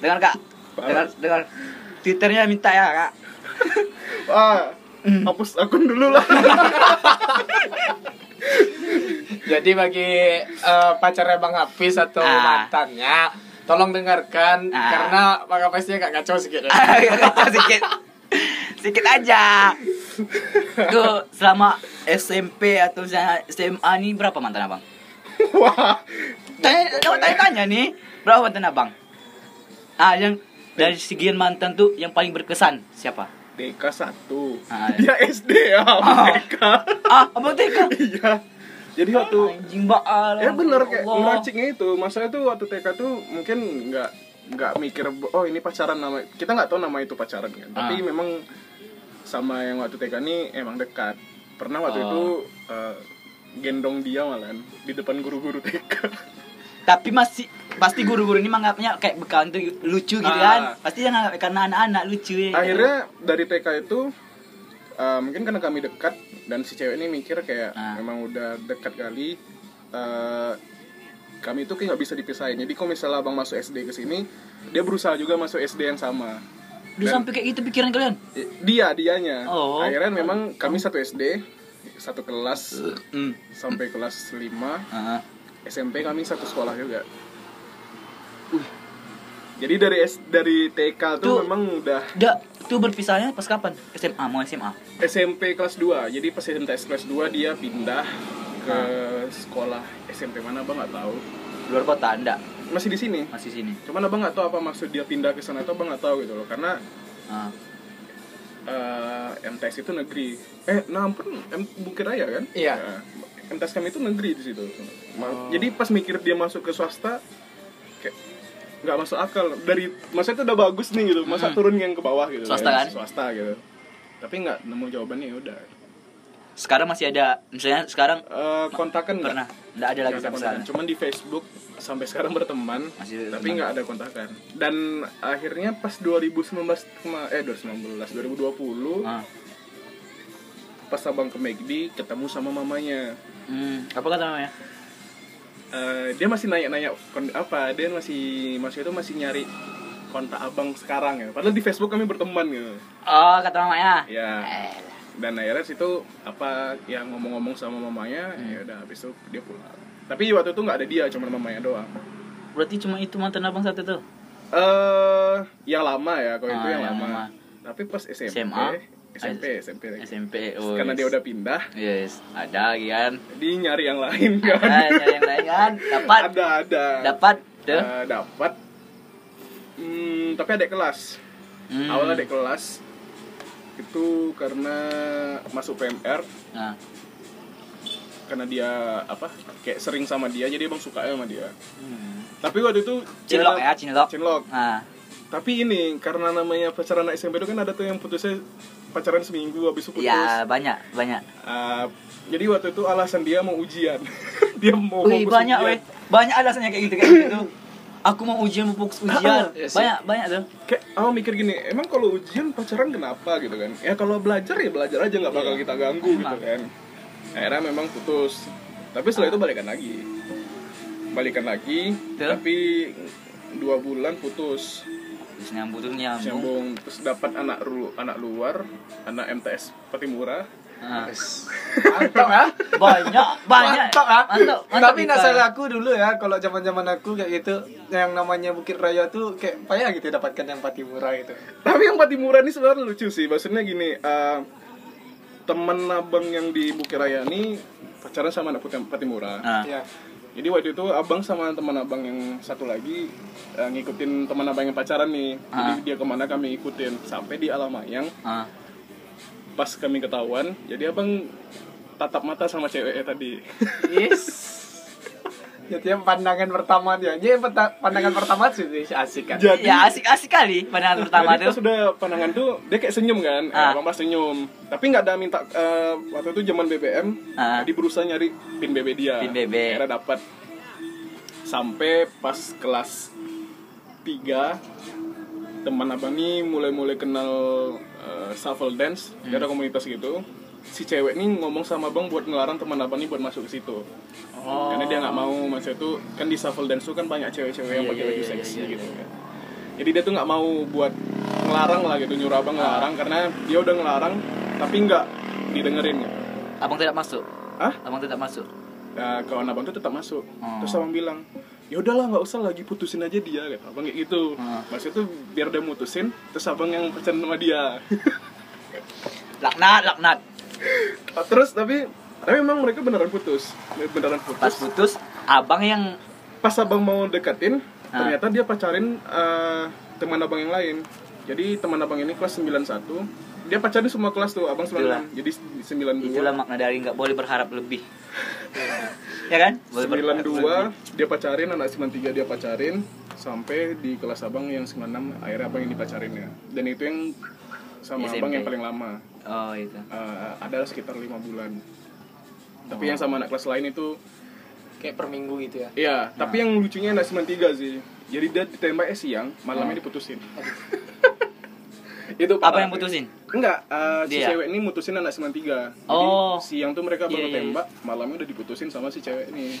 [SPEAKER 3] dengar kak dengar dengar twitternya minta ya kak
[SPEAKER 1] ah
[SPEAKER 3] Hmm.
[SPEAKER 1] hapus akun dulu
[SPEAKER 3] (laughs)
[SPEAKER 1] lah
[SPEAKER 4] Jadi bagi eh, pacarnya Bang Hafiz atau
[SPEAKER 3] Ah.
[SPEAKER 4] mantannya, tolong dengarkan
[SPEAKER 3] Ah.
[SPEAKER 4] karena Bang Hafiz-nya agak kacau ya. sedikit.
[SPEAKER 3] (laughs) sedikit sedikit aja tuh selama SMP atau misalnya SMA nih berapa mantan abang
[SPEAKER 1] wah
[SPEAKER 3] tanya tanya, tanya, tanya nih berapa mantan abang ah yang dari sekian mantan tuh yang paling berkesan siapa
[SPEAKER 1] DK satu
[SPEAKER 3] Ah,
[SPEAKER 1] dia SD ya (laughs) DK
[SPEAKER 3] ah abang TK
[SPEAKER 1] iya jadi waktu
[SPEAKER 3] anjing baal
[SPEAKER 1] ya bener kayak
[SPEAKER 3] Allah.
[SPEAKER 1] ngeraciknya itu masalahnya tuh waktu TK tuh mungkin nggak nggak mikir oh ini pacaran nama kita nggak tahu nama itu pacaran kan tapi
[SPEAKER 3] Ah.
[SPEAKER 1] memang sama yang waktu TK ini emang dekat pernah waktu
[SPEAKER 3] Oh.
[SPEAKER 1] itu eh, gendong dia malahan di depan guru-guru TK
[SPEAKER 3] tapi masih pasti guru-guru ini menganggapnya kayak bekalan tuh lucu gitu kan
[SPEAKER 1] Ah.
[SPEAKER 3] pasti dia nganggap karena anak-anak lucu ya
[SPEAKER 1] akhirnya dari TK itu eh, mungkin karena kami dekat dan si cewek ini mikir kayak
[SPEAKER 3] Ah.
[SPEAKER 1] memang udah dekat kali eh, kami itu kayak nggak bisa dipisahin jadi kalau misalnya abang masuk SD ke sini dia berusaha juga masuk SD yang sama
[SPEAKER 3] udah sampai kayak gitu pikiran kalian
[SPEAKER 1] Eh, dia dianya
[SPEAKER 3] Oh.
[SPEAKER 1] akhirnya memang kami satu SD satu kelas sampai kelas 5
[SPEAKER 3] Ah.
[SPEAKER 1] SMP kami satu sekolah juga jadi dari S- dari TK
[SPEAKER 3] Tuh.
[SPEAKER 1] tuh memang udah
[SPEAKER 3] Dah, tuh berpisahnya pas kapan? SMA, mau SMA.
[SPEAKER 1] SMP kelas 2 jadi pas SMP kelas 2 dia pindah ke
[SPEAKER 3] Ah.
[SPEAKER 1] sekolah SMP mana abang nggak tahu
[SPEAKER 3] Luar kota enggak,
[SPEAKER 1] masih di sini
[SPEAKER 3] masih sini.
[SPEAKER 1] cuman abang nggak tahu apa maksud dia pindah ke sana atau abang nggak tahu gitu loh karena
[SPEAKER 3] Ah.
[SPEAKER 1] eh, MTS itu negeri eh nah ampun M Bukit Raya kan
[SPEAKER 4] Iya.
[SPEAKER 1] Nah, MTS kami itu negeri di situ
[SPEAKER 3] Oh.
[SPEAKER 1] Ma- jadi pas mikir dia masuk ke swasta kayak nggak masuk akal dari masa itu udah bagus nih gitu masa turun yang ke bawah gitu
[SPEAKER 3] Hmm. Swasta kan?
[SPEAKER 1] swasta gitu tapi nggak nemu jawabannya ya udah
[SPEAKER 3] Sekarang masih ada misalnya sekarang
[SPEAKER 1] Eh, kontakan nggak?
[SPEAKER 3] pernah enggak ada lagi
[SPEAKER 1] Nggak ada
[SPEAKER 3] sama
[SPEAKER 1] kontakan.
[SPEAKER 3] sekali.
[SPEAKER 1] Cuman di Facebook sampai sekarang berteman, tapi
[SPEAKER 3] Masih berteman.
[SPEAKER 1] nggak ada kontakan. Dan akhirnya pas 2019 kema- eh 2019 2020
[SPEAKER 3] Ah.
[SPEAKER 1] pas abang ke McD ketemu sama mamanya.
[SPEAKER 3] Hmm, apa kata namanya?
[SPEAKER 1] Eh, dia masih nanya-nanya kon- apa dia masih masih itu masih nyari kontak abang sekarang ya. Padahal di Facebook kami berteman gitu.
[SPEAKER 3] Oh, kata mamanya.
[SPEAKER 1] Ya.
[SPEAKER 3] Eh,
[SPEAKER 1] Dan akhirnya situ apa yang ngomong-ngomong sama mamanya
[SPEAKER 3] Hmm.
[SPEAKER 1] ya udah habis itu dia pulang. Tapi waktu itu nggak ada dia, cuma mamanya doang.
[SPEAKER 3] Berarti cuma itu mantan abang satu tuh.
[SPEAKER 1] Eh, yang lama ya, kalau itu
[SPEAKER 3] Ah,
[SPEAKER 1] yang,
[SPEAKER 3] yang
[SPEAKER 1] lama.
[SPEAKER 3] lama.
[SPEAKER 1] Tapi pas SMP,
[SPEAKER 3] SMA?
[SPEAKER 1] SMP, SMP lagi.
[SPEAKER 3] SMP. Oh,
[SPEAKER 1] Karena
[SPEAKER 3] yes.
[SPEAKER 1] dia udah pindah,
[SPEAKER 3] Yes, ada lagi kan.
[SPEAKER 1] jadi nyari yang
[SPEAKER 3] (laughs)
[SPEAKER 1] lain kan.
[SPEAKER 3] Ada ada yang lain kan. Dapat.
[SPEAKER 1] ada, ada.
[SPEAKER 3] Dapat. ya? Tuh.
[SPEAKER 1] Eh, dapat. Hmm, tapi adik kelas.
[SPEAKER 3] Hmm.
[SPEAKER 1] Ah, Awalnya adik kelas itu karena masuk PMR
[SPEAKER 3] Nah.
[SPEAKER 1] karena dia apa kayak sering sama dia jadi bang suka sama dia
[SPEAKER 3] Hmm.
[SPEAKER 1] tapi waktu itu
[SPEAKER 3] Cinlok
[SPEAKER 1] jalan-
[SPEAKER 3] ya, cinlok.
[SPEAKER 1] cinlok
[SPEAKER 3] Nah,
[SPEAKER 1] tapi ini karena namanya pacaran anak SMP itu kan ada tuh yang putusnya pacaran seminggu habis itu putus
[SPEAKER 3] ya banyak, banyak.
[SPEAKER 1] Ah, jadi waktu itu alasan dia mau ujian. (laughs) dia mau
[SPEAKER 3] Wih,
[SPEAKER 1] fokus
[SPEAKER 3] banyak
[SPEAKER 1] ujian.
[SPEAKER 3] weh. Banyak alasannya kayak gitu kayak gitu. Aku mau ujian mau fokus ujian.
[SPEAKER 4] Iya sih.
[SPEAKER 3] Banyak banyak tuh.
[SPEAKER 1] Kayak awal mikir gini, emang kalau ujian pacaran kenapa gitu kan? Ya kalau belajar ya belajar aja nggak bakal kita ganggu gitu
[SPEAKER 3] Iya. Emang. Ah.
[SPEAKER 1] kan. Akhirnya memang putus. Tapi setelah itu balikan lagi. Balikan lagi,
[SPEAKER 3] Betul.
[SPEAKER 1] tapi dua bulan putus
[SPEAKER 3] Terus nyambung tuh nyambung.
[SPEAKER 1] nyambung terus dapat anak ru anak luar anak MTS Patimura
[SPEAKER 3] Ah.
[SPEAKER 4] Mantap ya.
[SPEAKER 3] Banyak, banyak.
[SPEAKER 4] Mantap ya.
[SPEAKER 3] Mantap, mantap.
[SPEAKER 4] Tapi nggak salah aku dulu ya kalau zaman-zaman aku kayak gitu yang namanya Bukit Raya tuh kayak payah gitu dapatkan yang Patimura gitu.
[SPEAKER 1] Tapi yang Patimura ini sebenarnya lucu sih. Maksudnya gini, eh, temen abang yang di Bukit Raya ini pacaran sama anak Putem- Patimura.
[SPEAKER 3] Nah,
[SPEAKER 4] Ya.
[SPEAKER 1] Jadi waktu itu abang sama teman abang yang satu lagi eh, ngikutin teman abang yang pacaran nih. Jadi
[SPEAKER 3] Ah.
[SPEAKER 1] dia kemana kami ikutin sampai di Alamayang.
[SPEAKER 3] ah.
[SPEAKER 1] Pas kami ketahuan, jadi abang tatap mata sama ceweknya tadi.
[SPEAKER 4] Yes. Jadi Ya, pandangan pertama dia, jadi peta- pandangan pertama sih asik kan.
[SPEAKER 1] Jadi
[SPEAKER 3] Ya asik-asik kali pandangan pertama
[SPEAKER 1] Jadi pas
[SPEAKER 3] tuh.
[SPEAKER 1] udah pandangan tuh dia kayak senyum kan, Eh,
[SPEAKER 3] Ah.
[SPEAKER 1] Bang Bas senyum. Tapi nggak ada minta eh, waktu itu zaman BBM,
[SPEAKER 3] Ah.
[SPEAKER 1] jadi berusaha nyari pin BB dia.
[SPEAKER 3] Pin BB.
[SPEAKER 1] Akhirnya dapat sampai pas kelas tiga teman abang nih mulai-mulai kenal eh, shuffle dance dia ada komunitas gitu si cewek nih ngomong sama abang buat ngelarang teman abang nih buat masuk ke situ karena dia nggak mau masa itu kan di shuffle dance tuh kan banyak cewek-cewek yang pakai baju seksi gitu kan jadi dia tuh nggak mau buat ngelarang lah gitu nyuruh abang ngelarang karena dia udah ngelarang tapi nggak didengerin gitu.
[SPEAKER 3] Abang tidak masuk.
[SPEAKER 1] Hah?
[SPEAKER 3] Abang tidak masuk.
[SPEAKER 1] Nah, kawan abang tuh tetap masuk. Terus abang bilang, ya udahlah nggak usah lagi putusin aja dia kata abang kayak gitu. Maksudnya tuh biar dia mutusin, terus abang yang percaya sama dia.
[SPEAKER 3] Laknat, laknat.
[SPEAKER 1] (laughs) terus tapi tapi emang mereka beneran putus, beneran putus.
[SPEAKER 3] Pas putus, abang yang
[SPEAKER 1] Pas abang mau deketin,
[SPEAKER 3] Ah.
[SPEAKER 1] ternyata dia pacarin eh, teman abang yang lain. Jadi teman abang ini kelas 91 dia pacarin semua kelas tuh abang 96 jadi 92
[SPEAKER 3] itulah makna dari nggak boleh berharap lebih. ya kan? Boleh berharap lebih.
[SPEAKER 1] 92 dia pacarin anak 93 dia pacarin sampai di kelas abang yang 96 akhirnya abang yang dipacarin ya dan itu yang sama
[SPEAKER 3] SMP.
[SPEAKER 1] abang yang paling lama
[SPEAKER 3] Oh itu.
[SPEAKER 1] Eh, adalah sekitar lima bulan tapi yang sama anak kelas lain itu
[SPEAKER 4] kayak per minggu gitu ya
[SPEAKER 1] iya tapi yang lucunya anak 93 sih jadi dia ditembaknya siang malamnya
[SPEAKER 3] (laughs)
[SPEAKER 1] diputusin itu
[SPEAKER 3] Iya. Apa
[SPEAKER 1] parah
[SPEAKER 3] yang
[SPEAKER 1] sih.
[SPEAKER 3] putusin?
[SPEAKER 1] Enggak, eh, si
[SPEAKER 3] Dia?
[SPEAKER 1] cewek ini mutusin anak 93 Jadi
[SPEAKER 3] Oh.
[SPEAKER 1] siang tuh mereka
[SPEAKER 3] Iya,
[SPEAKER 1] baru
[SPEAKER 3] iya, iya.
[SPEAKER 1] tembak, malamnya udah diputusin sama si cewek ini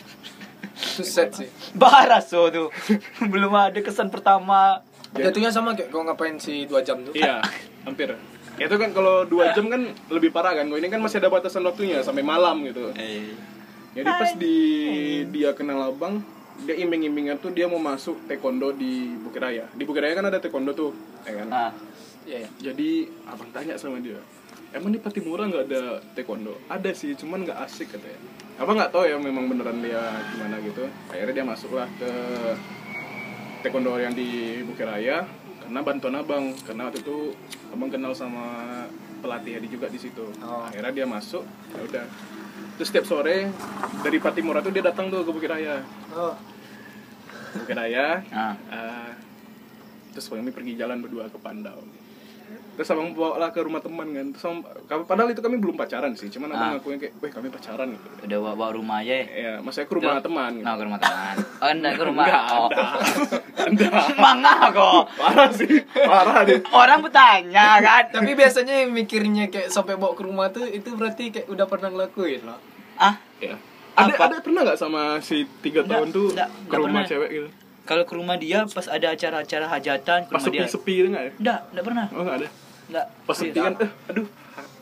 [SPEAKER 4] Suset sih
[SPEAKER 3] Baraso oh, tuh. (laughs) Belum ada kesan pertama.
[SPEAKER 1] Jadi-
[SPEAKER 4] jatuhnya sama kayak gua ngapain sih dua jam tuh
[SPEAKER 1] Iya, hampir. Ya itu kan kalau dua jam kan lebih parah kan. Kalau ini kan masih ada batasan waktunya sampai malam gitu. Jadi pas di dia kenal abang, dia iming-imingan tuh dia mau masuk taekwondo di Bukit Raya. Di Bukit Raya kan ada taekwondo tuh, ya kan?
[SPEAKER 3] Ah,
[SPEAKER 4] Iya, iya.
[SPEAKER 1] Jadi abang tanya sama dia, emang di Patimura nggak ada taekwondo? Ada sih, cuman nggak asik katanya. Abang nggak tahu ya memang beneran dia gimana gitu. Akhirnya dia masuklah ke taekwondo yang di Bukit Raya karena bantuan abang karena waktu itu abang kenal sama pelatih Hadi juga di situ
[SPEAKER 4] Oh.
[SPEAKER 1] akhirnya dia masuk ya udah terus setiap sore dari Patimura tuh dia datang tuh ke Bukit Raya
[SPEAKER 4] oh
[SPEAKER 1] Ke Bukit Raya
[SPEAKER 3] ah.
[SPEAKER 1] eh, terus kami pergi jalan berdua ke Pandau terus abang bawa lah ke rumah teman kan terus abang- kami- padahal itu kami belum pacaran sih cuman abang
[SPEAKER 3] Ah.
[SPEAKER 1] ngakuin kayak weh kami pacaran gitu
[SPEAKER 3] Udah bawa, bawa rumah aja ya.
[SPEAKER 1] ya maksudnya ke rumah
[SPEAKER 3] Tuh.
[SPEAKER 1] teman gitu.
[SPEAKER 3] Nah, ke rumah
[SPEAKER 1] (laughs)
[SPEAKER 3] teman. Oh, enggak ke rumah.
[SPEAKER 1] enggak
[SPEAKER 3] oh.
[SPEAKER 1] ada Enggak.
[SPEAKER 3] (laughs) Mangga kok.
[SPEAKER 1] (laughs) parah sih parah deh
[SPEAKER 3] Orang bertanya kan.
[SPEAKER 4] tapi biasanya yang mikirnya kayak sampai bawa ke rumah tuh itu berarti kayak udah pernah ngelakuin loh
[SPEAKER 3] Ah,
[SPEAKER 1] Ya. Ada
[SPEAKER 3] Apa?
[SPEAKER 1] ada pernah nggak sama si tiga
[SPEAKER 3] Nggak,
[SPEAKER 1] tahun tuh
[SPEAKER 3] nggak,
[SPEAKER 1] ke
[SPEAKER 3] nggak
[SPEAKER 1] rumah
[SPEAKER 3] pernah.
[SPEAKER 1] cewek gitu?
[SPEAKER 3] kalau ke rumah dia pas ada acara-acara hajatan ke
[SPEAKER 1] Pas sepi
[SPEAKER 3] rumah dia. Iya,
[SPEAKER 1] sepi itu nggak ya?
[SPEAKER 3] Enggak, enggak pernah.
[SPEAKER 1] Oh nggak ada.
[SPEAKER 3] Enggak.
[SPEAKER 1] Pas sepi kan, eh, aduh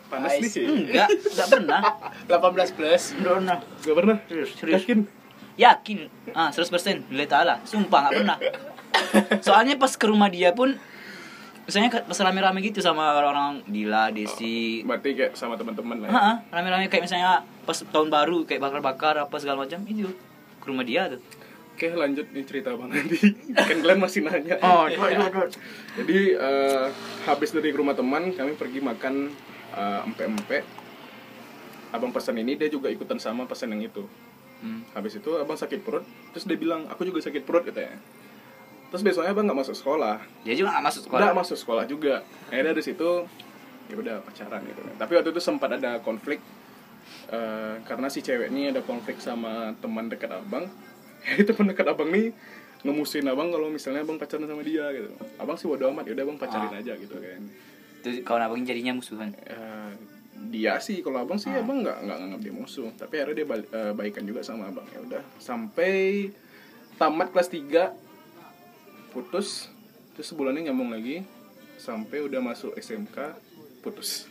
[SPEAKER 1] panas nih sih.
[SPEAKER 3] Enggak, enggak pernah.
[SPEAKER 4] 18 plus
[SPEAKER 3] Enggak pernah.
[SPEAKER 1] Gak pernah.
[SPEAKER 3] Serius, serius.
[SPEAKER 1] Yakin?
[SPEAKER 3] Yakin. Ah, 100% Lillahi taala. Sumpah enggak pernah. Soalnya pas ke rumah dia pun misalnya ke- pas rame-rame gitu sama orang-orang Dila, Desi.
[SPEAKER 1] Berarti kayak sama teman-teman lah. Ya.
[SPEAKER 3] Heeh, rame-rame kayak misalnya pas tahun baru kayak bakar-bakar apa segala macam itu ke rumah dia tuh.
[SPEAKER 1] Oke lanjut nih cerita bang Andi. (laughs) kan kalian masih nanya. Jadi eh, habis dari rumah teman kami pergi makan eh, empek-empek. Abang pesan ini dia juga ikutan sama pesan yang itu.
[SPEAKER 3] Hmm.
[SPEAKER 1] Habis itu abang sakit perut, terus dia bilang aku juga sakit perut katanya. Terus besoknya abang nggak masuk sekolah,
[SPEAKER 3] Dia juga nggak masuk
[SPEAKER 1] nggak
[SPEAKER 3] sekolah.
[SPEAKER 1] masuk sekolah juga. Akhirnya dari situ ya udah pacaran gitu. kan. Tapi waktu itu sempat ada konflik eh, karena si cewek ini ada konflik sama teman dekat abang. (laughs) Jadi teman dekat abang nih ngemusuhin abang kalau misalnya abang pacaran sama dia gitu. Abang sih bodo amat, ya udah abang pacarin aja gitu kan.
[SPEAKER 3] Terus kawan abang jadinya musuhan.
[SPEAKER 1] Eh, dia sih kalau abang sih abang nggak nggak nganggap dia musuh tapi akhirnya dia bal- eh, baikan juga sama abang ya udah sampai tamat kelas 3 putus terus sebulannya nyambung lagi sampai udah masuk SMK putus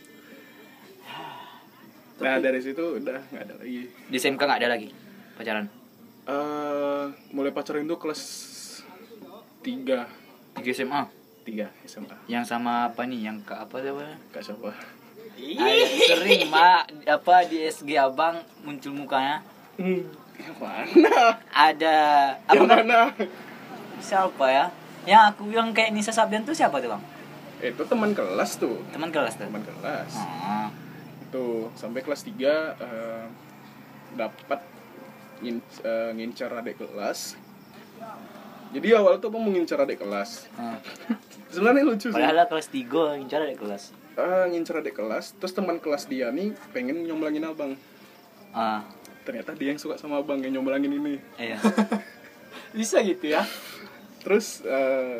[SPEAKER 1] nah dari situ udah nggak ada lagi
[SPEAKER 3] Di SMK nggak ada lagi pacaran.
[SPEAKER 1] Eh, mulai pacaran itu kelas 3
[SPEAKER 3] Di SMA
[SPEAKER 1] 3 SMA
[SPEAKER 3] yang sama apa nih yang ke apa namanya?
[SPEAKER 1] kak siapa
[SPEAKER 3] Ayo, sering mak apa di SG abang muncul mukanya
[SPEAKER 1] hmm, yang mana
[SPEAKER 3] ada
[SPEAKER 1] yang
[SPEAKER 3] apa
[SPEAKER 1] mana
[SPEAKER 3] siapa ya yang aku bilang kayak Nisa Sabian tuh siapa tuh bang
[SPEAKER 1] itu teman kelas tuh
[SPEAKER 3] teman kelas tuh
[SPEAKER 1] teman kelas
[SPEAKER 3] Ah,
[SPEAKER 1] tuh Gitu. sampai kelas 3 eh, dapat ngin- eh, ngincar adik kelas jadi awal tuh abang mengincar adik kelas
[SPEAKER 3] ah.
[SPEAKER 1] sebenarnya lucu sih
[SPEAKER 3] padahal lah kelas 3 yang cara dari kelas
[SPEAKER 1] Eh, ngincar adik kelas terus teman kelas dia nih pengen nyomblangin abang
[SPEAKER 3] ah
[SPEAKER 1] (laughs) ternyata dia yang suka sama abang yang nyomblangin ini
[SPEAKER 3] iya
[SPEAKER 4] bisa gitu ya
[SPEAKER 1] terus eh,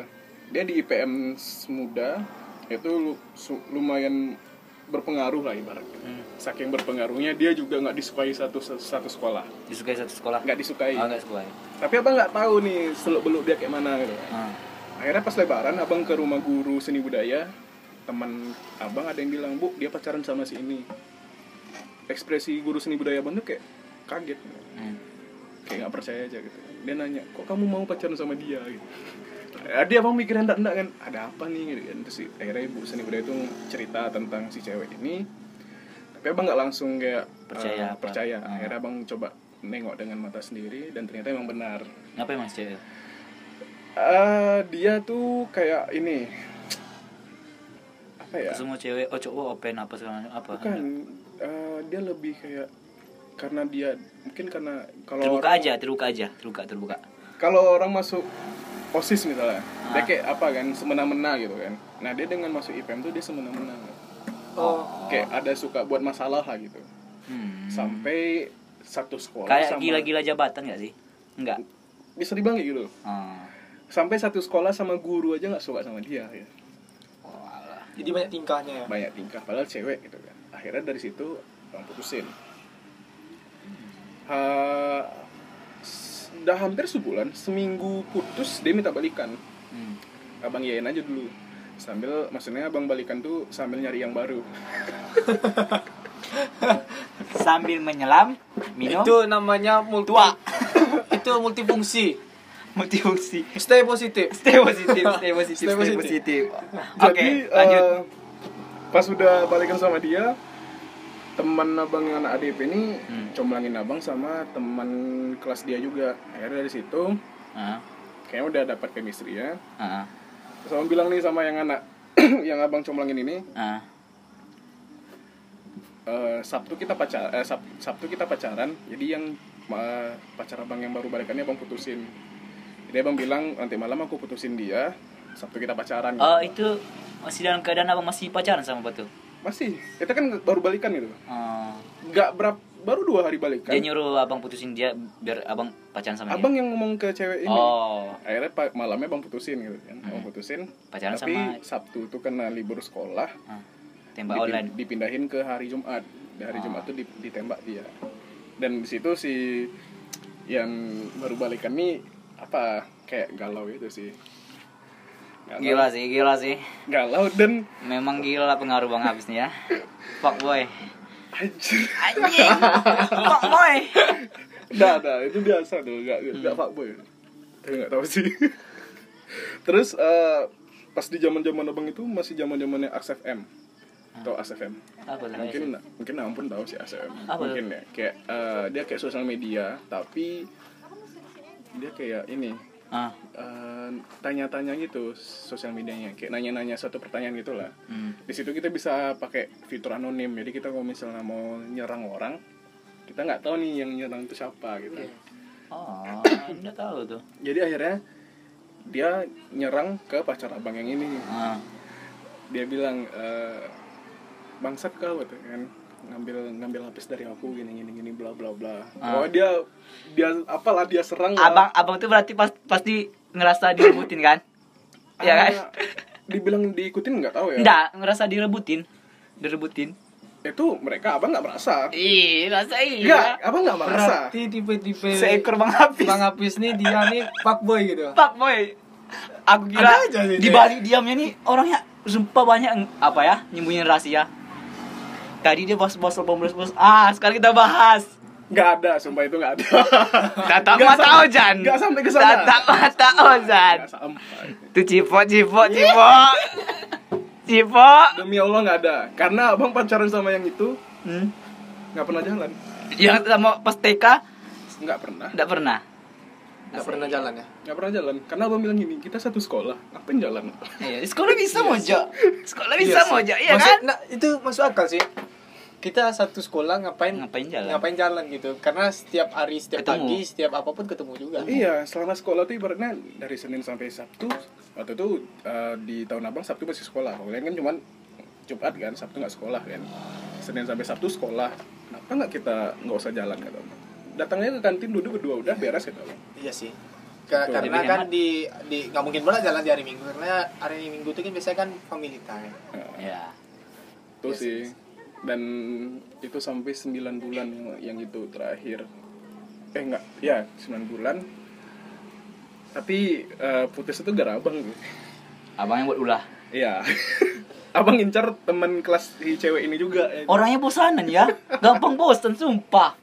[SPEAKER 1] dia di IPM muda itu lu- su- lumayan berpengaruh lah ibaratnya
[SPEAKER 3] Hmm,
[SPEAKER 1] saking berpengaruhnya dia juga nggak disukai satu satu sekolah
[SPEAKER 3] Disukai satu sekolah?
[SPEAKER 1] nggak disukai
[SPEAKER 3] Oh, nggak sukai.
[SPEAKER 1] tapi abang nggak tahu nih seluk beluk dia kayak mana gitu
[SPEAKER 3] Ah.
[SPEAKER 1] akhirnya pas lebaran abang ke rumah guru seni budaya teman abang ada yang bilang bu dia pacaran sama si ini ekspresi guru seni budaya abang tuh kayak kaget
[SPEAKER 3] Hmm.
[SPEAKER 1] kayak nggak percaya aja gitu dia nanya kok kamu mau pacaran sama dia gitu Eh, dia abang mikir enggak enggak kan ada apa nih gitu kan terus si- akhirnya ibu seni budaya itu cerita tentang si cewek ini tapi abang nggak langsung kayak eh,
[SPEAKER 3] Percaya apa?
[SPEAKER 1] percaya
[SPEAKER 3] Ah.
[SPEAKER 1] akhirnya abang coba nengok dengan mata sendiri dan ternyata emang benar
[SPEAKER 3] Ngapain mas cewek?
[SPEAKER 1] Eh, dia tuh kayak ini apa ya
[SPEAKER 3] Semua cewek, oh cowok open apa segala macam apa?
[SPEAKER 1] bukan eh, dia lebih kayak karena dia mungkin karena kalau
[SPEAKER 3] Terbuka aja, terbuka aja, terbuka, terbuka.
[SPEAKER 1] kalau orang masuk osis misalnya dia
[SPEAKER 3] Ah.
[SPEAKER 1] kayak apa kan semena-mena gitu kan nah dia dengan masuk IPM tuh dia semena-mena
[SPEAKER 4] oh
[SPEAKER 1] kayak ada suka buat masalah lah gitu
[SPEAKER 3] Hmm.
[SPEAKER 1] sampai satu sekolah
[SPEAKER 3] Kayak
[SPEAKER 1] sama-
[SPEAKER 3] gila-gila jabatan nggak sih? Enggak.
[SPEAKER 1] bisa dibilang kayak gitu
[SPEAKER 3] Ah.
[SPEAKER 1] sampai satu sekolah sama guru aja nggak suka sama dia ya.
[SPEAKER 4] jadi banyak tingkahnya ya
[SPEAKER 1] banyak tingkah padahal cewek gitu kan akhirnya dari situ orang putusin Ha, s- udah hampir sebulan seminggu putus dia minta balikan
[SPEAKER 3] Hmm.
[SPEAKER 1] abang yain aja dulu sambil maksudnya abang balikan tuh sambil nyari yang baru
[SPEAKER 3] Sambil menyelam, minum,
[SPEAKER 4] itu namanya multi
[SPEAKER 3] Iya. Tua.
[SPEAKER 4] (laughs) itu multifungsi
[SPEAKER 3] multifungsi.
[SPEAKER 4] stay positif
[SPEAKER 3] Stay positif, stay
[SPEAKER 4] Stay
[SPEAKER 3] positif, stay
[SPEAKER 4] positif.
[SPEAKER 3] positif. Oke,
[SPEAKER 1] jadi
[SPEAKER 3] lanjut.
[SPEAKER 1] eh, pas udah balikan sama dia teman abang yang anak ADP ini
[SPEAKER 3] Hmm.
[SPEAKER 1] comblangin abang sama teman kelas dia juga akhirnya dari situ
[SPEAKER 3] Ah,
[SPEAKER 1] kayaknya udah dapat chemistry ya
[SPEAKER 3] ah,
[SPEAKER 1] Terus abang bilang nih sama yang anak (clears throat) yang abang comblangin ini
[SPEAKER 3] ah.
[SPEAKER 1] eh, Sabtu kita pacar eh, Sab- Sabtu kita pacaran jadi yang eh, pacar abang yang baru balikannya abang putusin jadi abang bilang nanti malam aku putusin dia Sabtu kita pacaran
[SPEAKER 3] Oh, itu masih dalam keadaan abang masih pacaran sama Batu?
[SPEAKER 1] masih kita kan baru balikan gitu
[SPEAKER 3] Ah.
[SPEAKER 1] nggak berapa baru dua hari balikan
[SPEAKER 3] Dia nyuruh abang putusin dia biar abang pacaran sama
[SPEAKER 1] Kan? abang
[SPEAKER 3] dia.
[SPEAKER 1] yang ngomong ke cewek ini
[SPEAKER 3] Oh, Hmm.
[SPEAKER 1] akhirnya pa- malamnya bang putusin gitu kan abang putusin
[SPEAKER 3] Pacaran
[SPEAKER 1] tapi
[SPEAKER 3] sama-
[SPEAKER 1] Sabtu tuh karena libur sekolah
[SPEAKER 3] ah. tembak
[SPEAKER 1] dipin-
[SPEAKER 3] online.
[SPEAKER 1] dipindahin ke hari Jumat di hari
[SPEAKER 3] Ah.
[SPEAKER 1] Jumat tuh di- ditembak dia dan di situ si yang baru balikan nih apa kayak galau itu sih galau,
[SPEAKER 3] Gila sih, gila sih.
[SPEAKER 1] galau dan
[SPEAKER 3] Memang gila pengaruh bang habis nih ya. Fuck boy.
[SPEAKER 1] anjir (laughs)
[SPEAKER 3] Anjing. Fuck boy.
[SPEAKER 1] Nah, nah, itu biasa tuh, gak, gak
[SPEAKER 3] Hmm.
[SPEAKER 1] fuckboy Tapi gak tahu sih (laughs) Terus, eh, pas di zaman zaman abang itu masih zaman zamannya AXFM Atau AXFM
[SPEAKER 3] Apa tuh?
[SPEAKER 1] Nah, Mungkin, mungkin ampun tahu sih AXFM
[SPEAKER 3] Nah, iya Apa tuh?
[SPEAKER 1] Mungkin ya, kayak, eh, dia kayak sosial media Tapi, dia kayak ini
[SPEAKER 3] Ah.
[SPEAKER 1] eh, Tanya-tanya gitu sosial medianya Kayak nanya-nanya suatu pertanyaan gitu lah
[SPEAKER 3] Hmm.
[SPEAKER 1] di situ kita bisa pakai fitur anonim jadi kita kalau misalnya mau nyerang orang kita nggak tahu nih yang nyerang itu siapa gitu
[SPEAKER 3] Oh, enggak tahu tuh.
[SPEAKER 1] jadi akhirnya dia nyerang ke pacar abang yang ini
[SPEAKER 3] Ah.
[SPEAKER 1] dia bilang eh, bangsat kau gitu kan ngambil ngambil lapis dari aku gini gini gini bla bla bla oh dia dia apalah dia serang lah.
[SPEAKER 3] Ah. Abang abang tuh berarti pas pasti ngerasa direbutin kan? Iya kan?
[SPEAKER 1] Ah, dibilang diikutin nggak tahu ya
[SPEAKER 3] Enggak, ngerasa direbutin. Direbutin.
[SPEAKER 1] itu mereka abang nggak merasa
[SPEAKER 3] Ih, rasa iya.
[SPEAKER 1] Nggak, abang nggak merasa
[SPEAKER 4] berarti tipe-tipe
[SPEAKER 3] Seekor bang habis.
[SPEAKER 4] bang Apis nih dia nih fuckboy gitu
[SPEAKER 3] Pak boy. Aku kira
[SPEAKER 4] Ada aja sih dia.
[SPEAKER 3] di Bali diamnya nih orangnya sumpah banyak yang- apa ya nyembunyiin rahasia. Tadi dia bos-bos bos-bos. Ah, sekarang kita bahas.
[SPEAKER 1] nggak ada sumpah itu nggak ada (laughs)
[SPEAKER 3] Tatap
[SPEAKER 1] Nggak
[SPEAKER 3] mata
[SPEAKER 1] sampai-
[SPEAKER 3] Ojan.
[SPEAKER 1] nggak sampai ke sana.
[SPEAKER 3] Tatap mata Ojan.
[SPEAKER 1] nggak sampai
[SPEAKER 3] Tuh cipo cipo (laughs) cipo. cipo.
[SPEAKER 1] demi allah nggak ada karena abang pacaran sama yang itu
[SPEAKER 3] Hmm.
[SPEAKER 1] nggak pernah jalan
[SPEAKER 3] Yang sama pas TK
[SPEAKER 1] nggak pernah
[SPEAKER 3] enggak pernah.
[SPEAKER 4] nggak pernah jalan ya
[SPEAKER 1] nggak pernah jalan karena abang bilang gini kita satu sekolah ngapain jalan
[SPEAKER 3] Iya, sekolah bisa mojo. Sekolah bisa
[SPEAKER 4] Iya sih.
[SPEAKER 3] mojo, iya
[SPEAKER 4] Maksud-
[SPEAKER 3] kan?
[SPEAKER 4] nah, itu masuk akal sih kita satu sekolah ngapain
[SPEAKER 3] Ngapain jalan?
[SPEAKER 4] ngapain jalan gitu karena setiap hari setiap
[SPEAKER 3] Ketemu.
[SPEAKER 4] pagi setiap apapun ketemu juga
[SPEAKER 1] Iya, selama sekolah tuh ibaratnya dari Senin sampai Sabtu. Waktu itu eh, di tahun abang Sabtu masih sekolah. Kalau kalian kan cuman Jumat kan, Sabtu nggak sekolah kan. Senin sampai Sabtu sekolah. Kenapa gitu? nggak kita nggak usah jalan kata abang? Datangnya ke kantin duduk berdua udah beres kata abang.
[SPEAKER 4] iya sih Ka-
[SPEAKER 1] Betul.
[SPEAKER 4] karena
[SPEAKER 3] Jadi
[SPEAKER 4] kan
[SPEAKER 3] hemat.
[SPEAKER 4] di di nggak mungkin pula jalan di hari minggu karena hari minggu itu kan biasanya kan family time
[SPEAKER 3] ya
[SPEAKER 1] itu sih dan itu sampai 9 bulan yang itu terakhir eh enggak ya 9 bulan tapi eh, putus itu gara abang gitu.
[SPEAKER 3] abang yang buat ulah
[SPEAKER 1] iya (laughs) abang incar teman kelas si cewek ini juga ya.
[SPEAKER 3] orangnya bosanan ya gampang bosan sumpah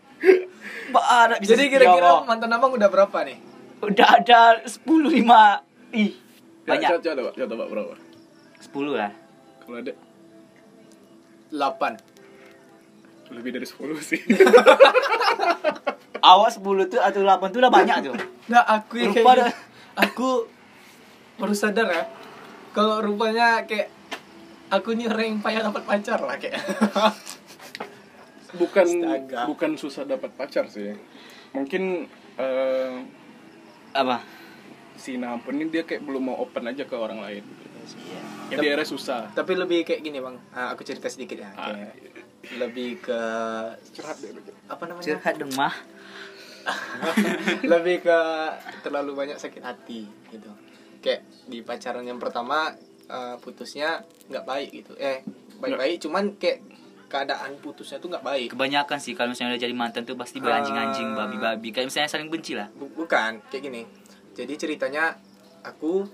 [SPEAKER 3] Ba- ada bisa
[SPEAKER 4] jadi
[SPEAKER 3] setia,
[SPEAKER 4] kira-kira
[SPEAKER 3] Bang.
[SPEAKER 4] mantan abang udah berapa nih
[SPEAKER 3] udah ada 10 5 ih
[SPEAKER 1] Ya,
[SPEAKER 3] banyak
[SPEAKER 1] coba coba coba coba berapa
[SPEAKER 3] 10 lah
[SPEAKER 1] kalau ada
[SPEAKER 4] 8
[SPEAKER 1] lebih dari 10
[SPEAKER 4] (laughs)
[SPEAKER 1] sih
[SPEAKER 3] awak 10 tuh atau 8 tuh lah banyak tuh
[SPEAKER 4] Nah aku yang
[SPEAKER 3] Lupa
[SPEAKER 4] kayak
[SPEAKER 3] dah.
[SPEAKER 4] aku baru sadar ya kalau rupanya kayak aku nih orang yang payah dapat pacar lah kayak
[SPEAKER 1] bukan
[SPEAKER 4] Astaga.
[SPEAKER 1] bukan susah dapat pacar sih mungkin eh,
[SPEAKER 3] apa
[SPEAKER 1] si Nampun ini dia kayak belum mau open aja ke orang lain ya
[SPEAKER 4] Tapi-
[SPEAKER 1] dia akhirnya susah
[SPEAKER 4] Iya tapi lebih kayak gini bang Ah, aku cerita sedikit ya kayak lebih ke
[SPEAKER 1] curhat deh lu.
[SPEAKER 4] apa namanya
[SPEAKER 3] curhat dong mah
[SPEAKER 4] (laughs) lebih ke terlalu banyak sakit hati gitu kayak di pacaran yang pertama eh, putusnya nggak baik gitu eh baik-baik cuman kayak keadaan putusnya tuh nggak baik
[SPEAKER 3] kebanyakan sih kalau misalnya udah jadi mantan tuh pasti beranjing-anjing
[SPEAKER 4] Ah.
[SPEAKER 3] babi-babi kayak misalnya saling benci lah
[SPEAKER 4] Bu- bukan kayak gini jadi ceritanya aku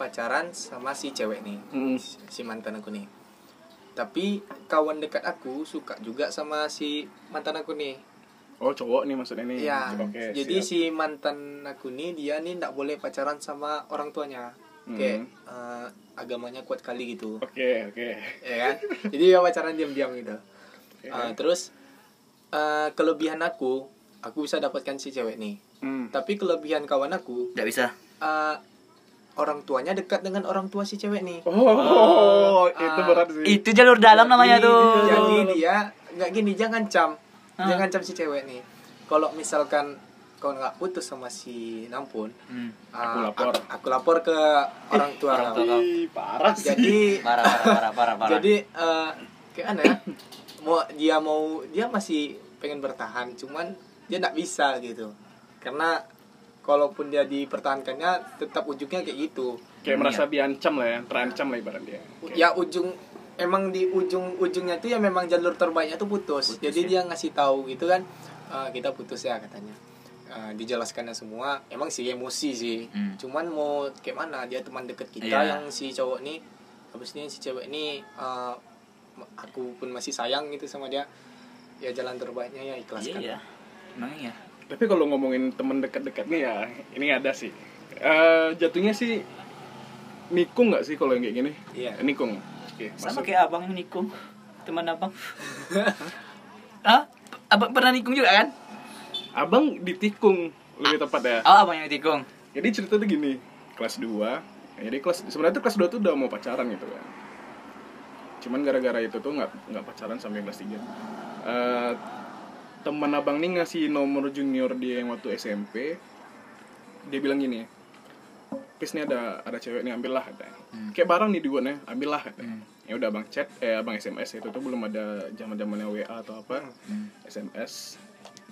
[SPEAKER 4] pacaran sama si cewek nih
[SPEAKER 1] Mm.
[SPEAKER 4] si mantan aku nih tapi kawan dekat aku suka juga sama si mantan aku nih
[SPEAKER 1] Oh cowok nih maksudnya nih.
[SPEAKER 4] ya
[SPEAKER 1] Oke.
[SPEAKER 4] jadi
[SPEAKER 1] siap.
[SPEAKER 4] si mantan aku nih dia nih nggak boleh pacaran sama orang tuanya kayak eh, agamanya kuat kali gitu
[SPEAKER 1] Hmm. Oke oke.
[SPEAKER 4] ya kan jadi dia pacaran diam-diam gitu Eh, terus eh, kelebihan aku aku bisa dapatkan si cewek nih
[SPEAKER 1] Hmm.
[SPEAKER 4] tapi kelebihan kawan aku
[SPEAKER 3] nggak bisa
[SPEAKER 4] eh, orang tuanya dekat dengan orang tua si cewek nih.
[SPEAKER 1] Oh, itu
[SPEAKER 4] ah,
[SPEAKER 1] berat sih.
[SPEAKER 3] itu jalur dalam
[SPEAKER 4] Iya,
[SPEAKER 3] namanya tuh Ah.
[SPEAKER 4] Jadi dia ya. nggak gini, jangan cam, jangan cam si cewek nih. Kalau misalkan kau nggak putus sama si Nampun,
[SPEAKER 3] Hmm,
[SPEAKER 4] eh,
[SPEAKER 1] Aku lapor.
[SPEAKER 4] Aku, aku lapor ke orang tua.
[SPEAKER 3] orang tua kau.
[SPEAKER 1] Ih, parah sih.
[SPEAKER 4] Jadi,
[SPEAKER 3] parah parah parah parah parah
[SPEAKER 4] jadi eh, kayak aneh ya. Mau dia mau dia masih pengen bertahan, cuman dia nggak bisa gitu. Karena kalaupun dia dipertahankannya, tetap ujungnya kayak gitu.
[SPEAKER 1] Kayak merasa diancam lah ya, terancam lah ibarat dia.
[SPEAKER 4] ya ujung emang di ujung ujungnya tuh ya memang jalur terbaiknya tuh putus,
[SPEAKER 3] ya.
[SPEAKER 4] jadi dia ngasih tahu gitu kan "Eh, kita putus ya katanya Eh, dijelaskannya semua emang sih emosi sih
[SPEAKER 3] Hmm.
[SPEAKER 4] cuman mau kayak mana dia teman deket kita
[SPEAKER 3] Iya.
[SPEAKER 4] yang si cowok nih habis ini si cewek ini eh, ma- aku pun masih sayang gitu sama dia ya jalan terbaiknya ya
[SPEAKER 3] iya
[SPEAKER 4] ikhlaskan
[SPEAKER 3] iya emang iya
[SPEAKER 1] Tapi kalau ngomongin temen dekat-dekatnya ya, ini ada sih. Eh jatuhnya sih nikung nggak sih kalau yang kayak gini?
[SPEAKER 4] Iya.
[SPEAKER 1] Nikung. Oke.
[SPEAKER 3] sama
[SPEAKER 1] masuk.
[SPEAKER 3] kayak abang yang nikung teman (laughs) abang Hah? abang pernah nikung juga kan
[SPEAKER 1] Abang ditikung lebih tepat ya.
[SPEAKER 3] oh abang yang nikung
[SPEAKER 1] Jadi cerita tuh gini, kelas 2. Jadi kelas sebenarnya tuh kelas 2 tuh udah mau pacaran gitu kan. Cuman gara-gara itu tuh nggak nggak pacaran sampai kelas 3. Eh teman abang nih ngasih nomor junior dia yang waktu SMP. Dia bilang gini, Pis nih ada ada cewek nih ambillah katanya. Kayak barang nih dibuatnya, ambillah katanya. Ya udah abang chat, eh abang SMS itu tuh belum ada zaman-zamannya WA atau apa. SMS.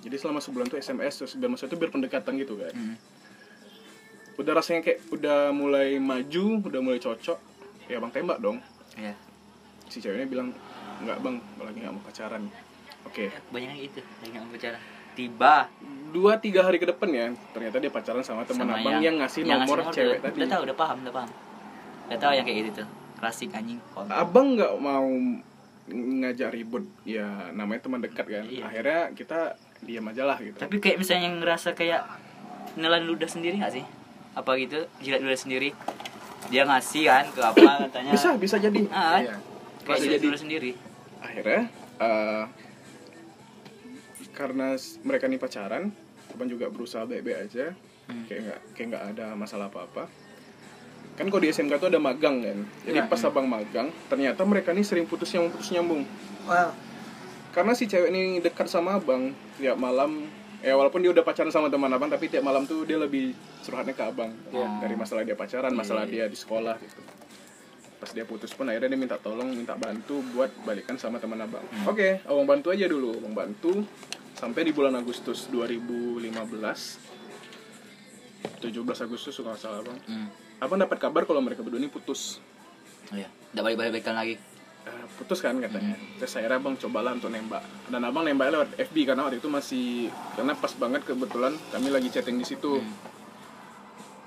[SPEAKER 1] Jadi selama sebulan tuh SMS terus biar maksudnya tuh biar pendekatan gitu kan udah rasanya kayak udah mulai maju, udah mulai cocok, ya bang tembak dong.
[SPEAKER 3] iya
[SPEAKER 1] Si ceweknya bilang nggak bang, gua lagi nggak mau pacaran. Oke,
[SPEAKER 3] banyak yang gitu banyak yang bicara tiba
[SPEAKER 1] dua tiga hari ke depan ya, ternyata dia pacaran sama teman
[SPEAKER 3] sama
[SPEAKER 1] abang yang, ngasih nomor cewek
[SPEAKER 3] udah,
[SPEAKER 1] tadi.
[SPEAKER 3] udah tahu udah paham udah paham udah tahu yang kayak gitu tuh klasik anjing kontol.
[SPEAKER 1] Abang nggak mau ngajak ribut, ya namanya teman dekat kan.
[SPEAKER 3] Iya.
[SPEAKER 1] Akhirnya kita diam aja lah gitu.
[SPEAKER 3] tapi kayak misalnya yang ngerasa kayak nelan ludah sendiri nggak sih apa gitu jilat ludah sendiri dia ngasih kan ke apa katanya
[SPEAKER 1] Bisa bisa jadi.
[SPEAKER 3] ah,
[SPEAKER 4] Iya.
[SPEAKER 3] kayak
[SPEAKER 1] Bisa
[SPEAKER 3] jilat
[SPEAKER 1] jadi.
[SPEAKER 3] ludah sendiri
[SPEAKER 1] akhirnya eh, karena s- mereka nih pacaran abang juga berusaha baik-baik aja kayak nggak kayak nggak ada masalah apa-apa kan kalau di SMK tuh ada magang kan jadi
[SPEAKER 4] Iya.
[SPEAKER 1] pas abang magang ternyata mereka nih sering putus nyambung putus nyambung
[SPEAKER 4] Wah,
[SPEAKER 1] karena si cewek ini dekat sama abang tiap malam ya walaupun dia udah pacaran sama teman abang tapi tiap malam tuh dia lebih curhatnya ke abang dari masalah dia pacaran masalah dia di sekolah gitu pas dia putus pun akhirnya dia minta tolong minta bantu buat balikan sama teman abang oke abang bantu aja dulu abang bantu sampai di bulan Agustus 2015 17 Agustus kalau nggak salah bang
[SPEAKER 3] Hmm.
[SPEAKER 1] abang dapat kabar kalau mereka berdua ini putus
[SPEAKER 3] Oh iya. Udah balik-balikan lagi.
[SPEAKER 1] Eh, putus kan katanya terus akhirnya abang cobalah untuk nembak dan abang nembak lewat FB karena waktu itu masih karena pas banget kebetulan kami lagi chatting di situ
[SPEAKER 3] Hmm.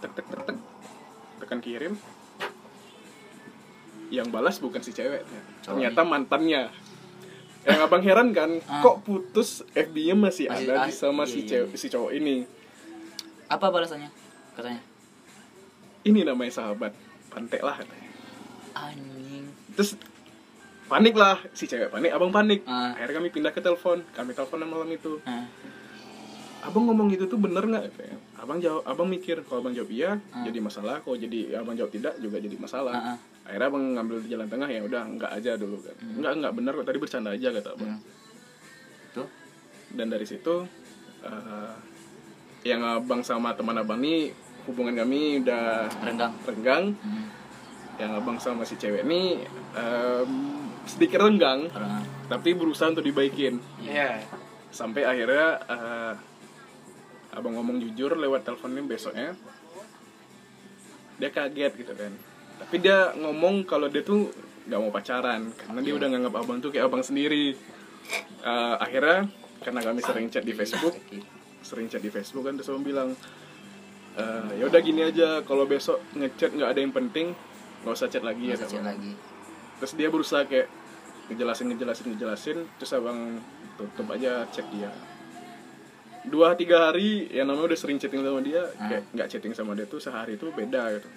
[SPEAKER 1] tek tek tek tek tekan kirim yang balas bukan si cewek ternyata mantannya yang abang heran kan
[SPEAKER 3] Ah.
[SPEAKER 1] kok putus FB-nya masih,
[SPEAKER 3] Masih
[SPEAKER 1] ada
[SPEAKER 3] ada,
[SPEAKER 1] di sama
[SPEAKER 3] iya,
[SPEAKER 1] si
[SPEAKER 3] iya,
[SPEAKER 1] cewek
[SPEAKER 3] iya.
[SPEAKER 1] si cowok ini
[SPEAKER 3] Apa balasannya? Katanya.
[SPEAKER 1] ini namanya sahabat pantek lah katanya
[SPEAKER 3] Anjing.
[SPEAKER 1] terus panik lah si cewek panik abang panik
[SPEAKER 3] Ah.
[SPEAKER 1] akhirnya kami pindah ke telepon kami teleponan malam itu
[SPEAKER 3] Hah.
[SPEAKER 1] abang ngomong gitu tuh bener nggak katanya. abang jawab abang mikir kalau abang jawab iya
[SPEAKER 3] Ah.
[SPEAKER 1] jadi masalah kalau jadi abang jawab tidak juga jadi masalah
[SPEAKER 3] Ah, ah.
[SPEAKER 1] akhirnya abang ngambil di jalan tengah ya udah nggak aja dulu kan nggak nggak bener kok tadi bercanda aja kata abang
[SPEAKER 3] Hmm. Tuh.
[SPEAKER 1] dan dari situ eh, yang abang sama teman abang nih hubungan kami udah
[SPEAKER 3] Rendang.
[SPEAKER 1] renggang
[SPEAKER 3] Hmm.
[SPEAKER 1] yang abang sama si cewek nih em, sedikit renggang
[SPEAKER 3] Orang.
[SPEAKER 1] tapi berusaha untuk dibaikin
[SPEAKER 4] Iya.
[SPEAKER 1] sampai akhirnya eh, abang ngomong jujur lewat teleponnya besoknya dia kaget gitu kan tapi dia ngomong kalau dia tuh nggak mau pacaran karena dia udah nganggap abang tuh kayak abang sendiri Eh, akhirnya karena kami sering chat di Facebook
[SPEAKER 3] Sakit.
[SPEAKER 1] sering chat di Facebook kan terus abang bilang "Eh, ya udah gini aja kalau besok ngechat nggak ada yang penting nggak usah chat lagi ya
[SPEAKER 3] Nggak usah chat
[SPEAKER 1] Abang."
[SPEAKER 3] lagi.
[SPEAKER 1] terus dia berusaha kayak ngejelasin ngejelasin ngejelasin terus abang tutup aja chat dia dua tiga hari ya namanya udah sering chatting sama dia kayak nggak chatting sama dia tuh sehari itu beda gitu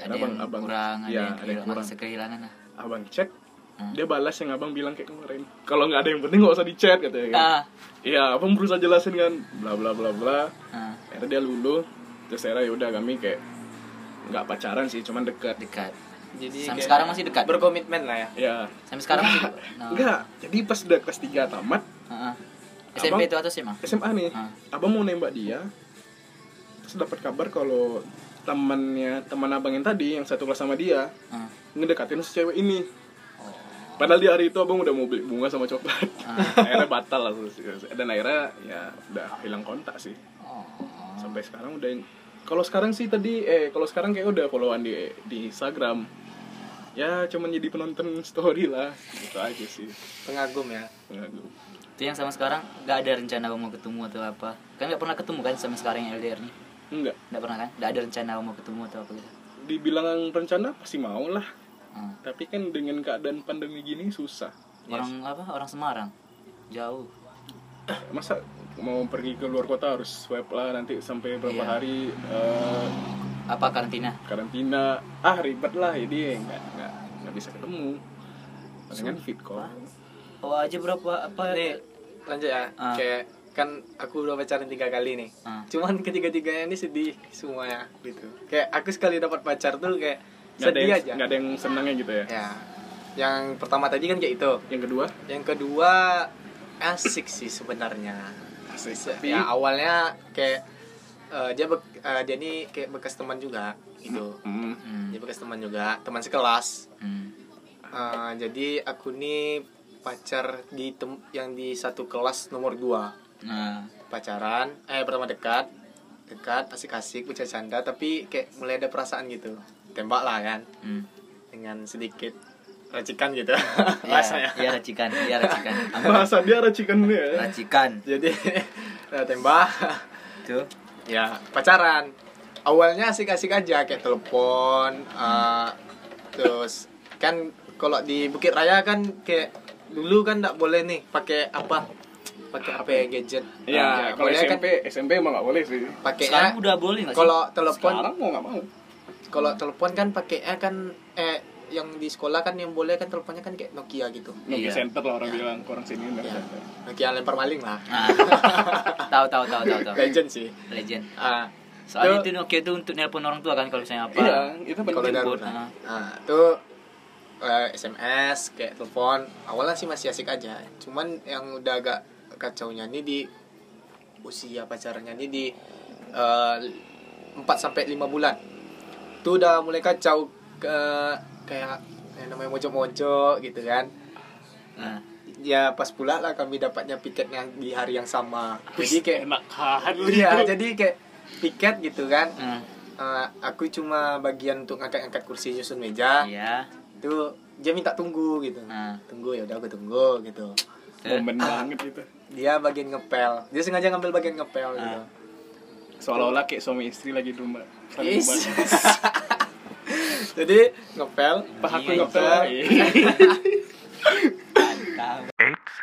[SPEAKER 3] Hmm. Ada yang
[SPEAKER 1] ya,
[SPEAKER 3] kurang, ada yang
[SPEAKER 1] ada yang
[SPEAKER 3] kehilangan,
[SPEAKER 1] kurang
[SPEAKER 3] rasa kehilangan ah. lah.
[SPEAKER 1] abang chat
[SPEAKER 3] Hmm.
[SPEAKER 1] dia balas yang abang bilang kayak kemarin kalau nggak ada yang penting nggak usah di chat katanya kan
[SPEAKER 3] Ah.
[SPEAKER 1] iya abang berusaha jelasin kan bla bla bla bla
[SPEAKER 3] Ah.
[SPEAKER 1] akhirnya dia lulu terus akhirnya yaudah kami kayak nggak pacaran sih cuman dekat
[SPEAKER 3] Dekat.
[SPEAKER 4] Jadi
[SPEAKER 3] Sampai
[SPEAKER 4] kayak
[SPEAKER 3] sekarang masih dekat.
[SPEAKER 4] berkomitmen lah ya.
[SPEAKER 1] ya
[SPEAKER 3] Sampai sekarang masih. No.
[SPEAKER 1] enggak jadi pas udah kelas 3 tamat
[SPEAKER 3] Ah, ah. SMP itu atau SMA?
[SPEAKER 1] SMA nih
[SPEAKER 3] Ah.
[SPEAKER 1] abang mau nembak dia terus dapat kabar kalau temannya teman abang yang tadi yang satu kelas sama dia
[SPEAKER 3] Ah.
[SPEAKER 1] ngedekatin si cewek ini padahal di hari itu abang udah mau beli bunga sama coklat (laughs) akhirnya batal lah terus. dan akhirnya ya udah hilang kontak sih
[SPEAKER 3] Oh.
[SPEAKER 1] sampai sekarang udah kalau sekarang sih tadi eh kalau sekarang kayak udah followan di di Instagram ya cuman jadi penonton story lah gitu aja sih
[SPEAKER 4] Pengagum ya.
[SPEAKER 1] Pengagum.
[SPEAKER 3] Itu yang sama sekarang gak ada rencana mau ketemu atau apa Kan gak pernah ketemu kan sama sekarang yang LDR nih
[SPEAKER 1] enggak
[SPEAKER 3] Gak pernah kan? Gak ada rencana mau ketemu atau apa gitu
[SPEAKER 1] dibilang rencana pasti mau lah
[SPEAKER 3] Hmm.
[SPEAKER 1] tapi kan dengan keadaan pandemi gini susah
[SPEAKER 3] Orang apa? Orang Semarang Jauh
[SPEAKER 1] masa mau pergi ke luar kota harus swab lah nanti sampai berapa
[SPEAKER 3] Iya.
[SPEAKER 1] hari eh,
[SPEAKER 3] Apa karantina?
[SPEAKER 1] karantina ah ribet lah jadi ya nggak nggak nggak bisa ketemu dengan fit call
[SPEAKER 3] Oh aja berapa? Apa?
[SPEAKER 4] Nih, lanjut ya.
[SPEAKER 3] Ah.
[SPEAKER 4] Kayak kan aku udah pacaran tiga kali nih.
[SPEAKER 3] Ah.
[SPEAKER 4] Cuman ketiga-tiganya ini sedih semuanya gitu. Kayak aku sekali dapat pacar tuh kayak
[SPEAKER 1] nggak ada
[SPEAKER 4] sedih
[SPEAKER 1] yang
[SPEAKER 4] aja.
[SPEAKER 1] nggak ada yang senangnya gitu ya
[SPEAKER 4] Ya. Yang pertama tadi kan kayak itu.
[SPEAKER 1] yang kedua
[SPEAKER 4] Yang kedua asik sih sebenarnya.
[SPEAKER 1] asik
[SPEAKER 4] Se-
[SPEAKER 1] tapi
[SPEAKER 4] Ya awalnya kayak eh, dia bek- eh, dia nih kayak bekas teman juga gitu.
[SPEAKER 1] (laughs) hmm,
[SPEAKER 3] Hmm.
[SPEAKER 4] Dia bekas teman juga, teman sekelas.
[SPEAKER 3] Hmm.
[SPEAKER 4] Eh, jadi aku nih pacar di tem- yang di satu kelas nomor 2
[SPEAKER 3] Nah,
[SPEAKER 4] pacaran eh pertama dekat dekat asik-asik bercanda canda tapi kayak mulai ada perasaan gitu tembak lah kan
[SPEAKER 3] hmm.
[SPEAKER 4] dengan sedikit racikan
[SPEAKER 3] (laughs)
[SPEAKER 4] gitu
[SPEAKER 3] Iya,
[SPEAKER 4] rasanya
[SPEAKER 3] Iya racikan, iya (laughs) racikan
[SPEAKER 1] bahasa dia racikan
[SPEAKER 4] Iya,
[SPEAKER 1] dia ya
[SPEAKER 3] Racikan
[SPEAKER 4] jadi (laughs) eh, tembak (laughs)
[SPEAKER 3] Tuh
[SPEAKER 4] ya pacaran awalnya asik-asik aja kayak telepon eh, terus kan kalau di Bukit Raya kan kayak dulu kan nggak boleh nih pakai apa pakai HP gadget
[SPEAKER 3] Iya,
[SPEAKER 1] ya
[SPEAKER 4] Nah,
[SPEAKER 1] kalau
[SPEAKER 4] boleh kan
[SPEAKER 1] SMP SMP emang nggak boleh sih
[SPEAKER 4] pakainya
[SPEAKER 3] Sekarang udah boleh gak sih?
[SPEAKER 4] ya. kalau telepon
[SPEAKER 1] sekarang mau nggak mau
[SPEAKER 4] Iya. kalau telepon kan pakainya kan eh yang di sekolah kan yang boleh kan teleponnya kan kayak Nokia gitu
[SPEAKER 1] Nokia
[SPEAKER 3] Iya.
[SPEAKER 1] center lah orang bilang orang sini nggak
[SPEAKER 4] ya
[SPEAKER 1] center.
[SPEAKER 4] Nokia lempar maling lah
[SPEAKER 3] Nah. (laughs) Tahu tahu tahu tahu
[SPEAKER 1] Ah.
[SPEAKER 3] tahu.
[SPEAKER 4] legend sih
[SPEAKER 3] Legend.
[SPEAKER 4] ah Tuh.
[SPEAKER 3] Soalnya itu Nokia itu untuk nelpon orang tua kan kalau misalnya apa.
[SPEAKER 1] iya itu
[SPEAKER 4] kalau
[SPEAKER 1] penting
[SPEAKER 4] darurat
[SPEAKER 3] ah.
[SPEAKER 4] ah tuh eh, SMS kayak telepon awalnya sih masih asik aja cuman yang udah agak kacaunya nih di usia pacarannya nih di eh, 4 sampai 5 bulan tuh udah mulai kacau ke kayak yang namanya mojok-mojok gitu kan
[SPEAKER 3] Nah.
[SPEAKER 4] ya pas pula lah kami dapatnya piketnya di hari yang sama jadi kayak
[SPEAKER 1] enak kan
[SPEAKER 4] iya jadi kayak piket gitu kan
[SPEAKER 3] Hmm.
[SPEAKER 4] Eh, aku cuma bagian untuk ngangkat-ngangkat kursi nyusun meja
[SPEAKER 3] Iya.
[SPEAKER 4] itu dia minta tunggu gitu
[SPEAKER 1] Ah.
[SPEAKER 3] Hmm.
[SPEAKER 4] tunggu ya udah aku tunggu gitu
[SPEAKER 1] momen banget gitu
[SPEAKER 4] dia bagian ngepel dia sengaja ngambil bagian
[SPEAKER 1] Ah.
[SPEAKER 4] ngepel gitu
[SPEAKER 1] seolah-olah kayak suami istri lagi domba saling
[SPEAKER 4] Is.
[SPEAKER 3] Iya,
[SPEAKER 1] domba.
[SPEAKER 4] (laughs) jadi ngepel
[SPEAKER 1] Paha aku
[SPEAKER 3] Iya,
[SPEAKER 1] ngepel.
[SPEAKER 3] Tahu.
[SPEAKER 2] Eits,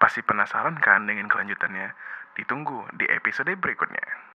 [SPEAKER 2] pasti penasaran kan dengan kelanjutannya? Ditunggu di episode berikutnya.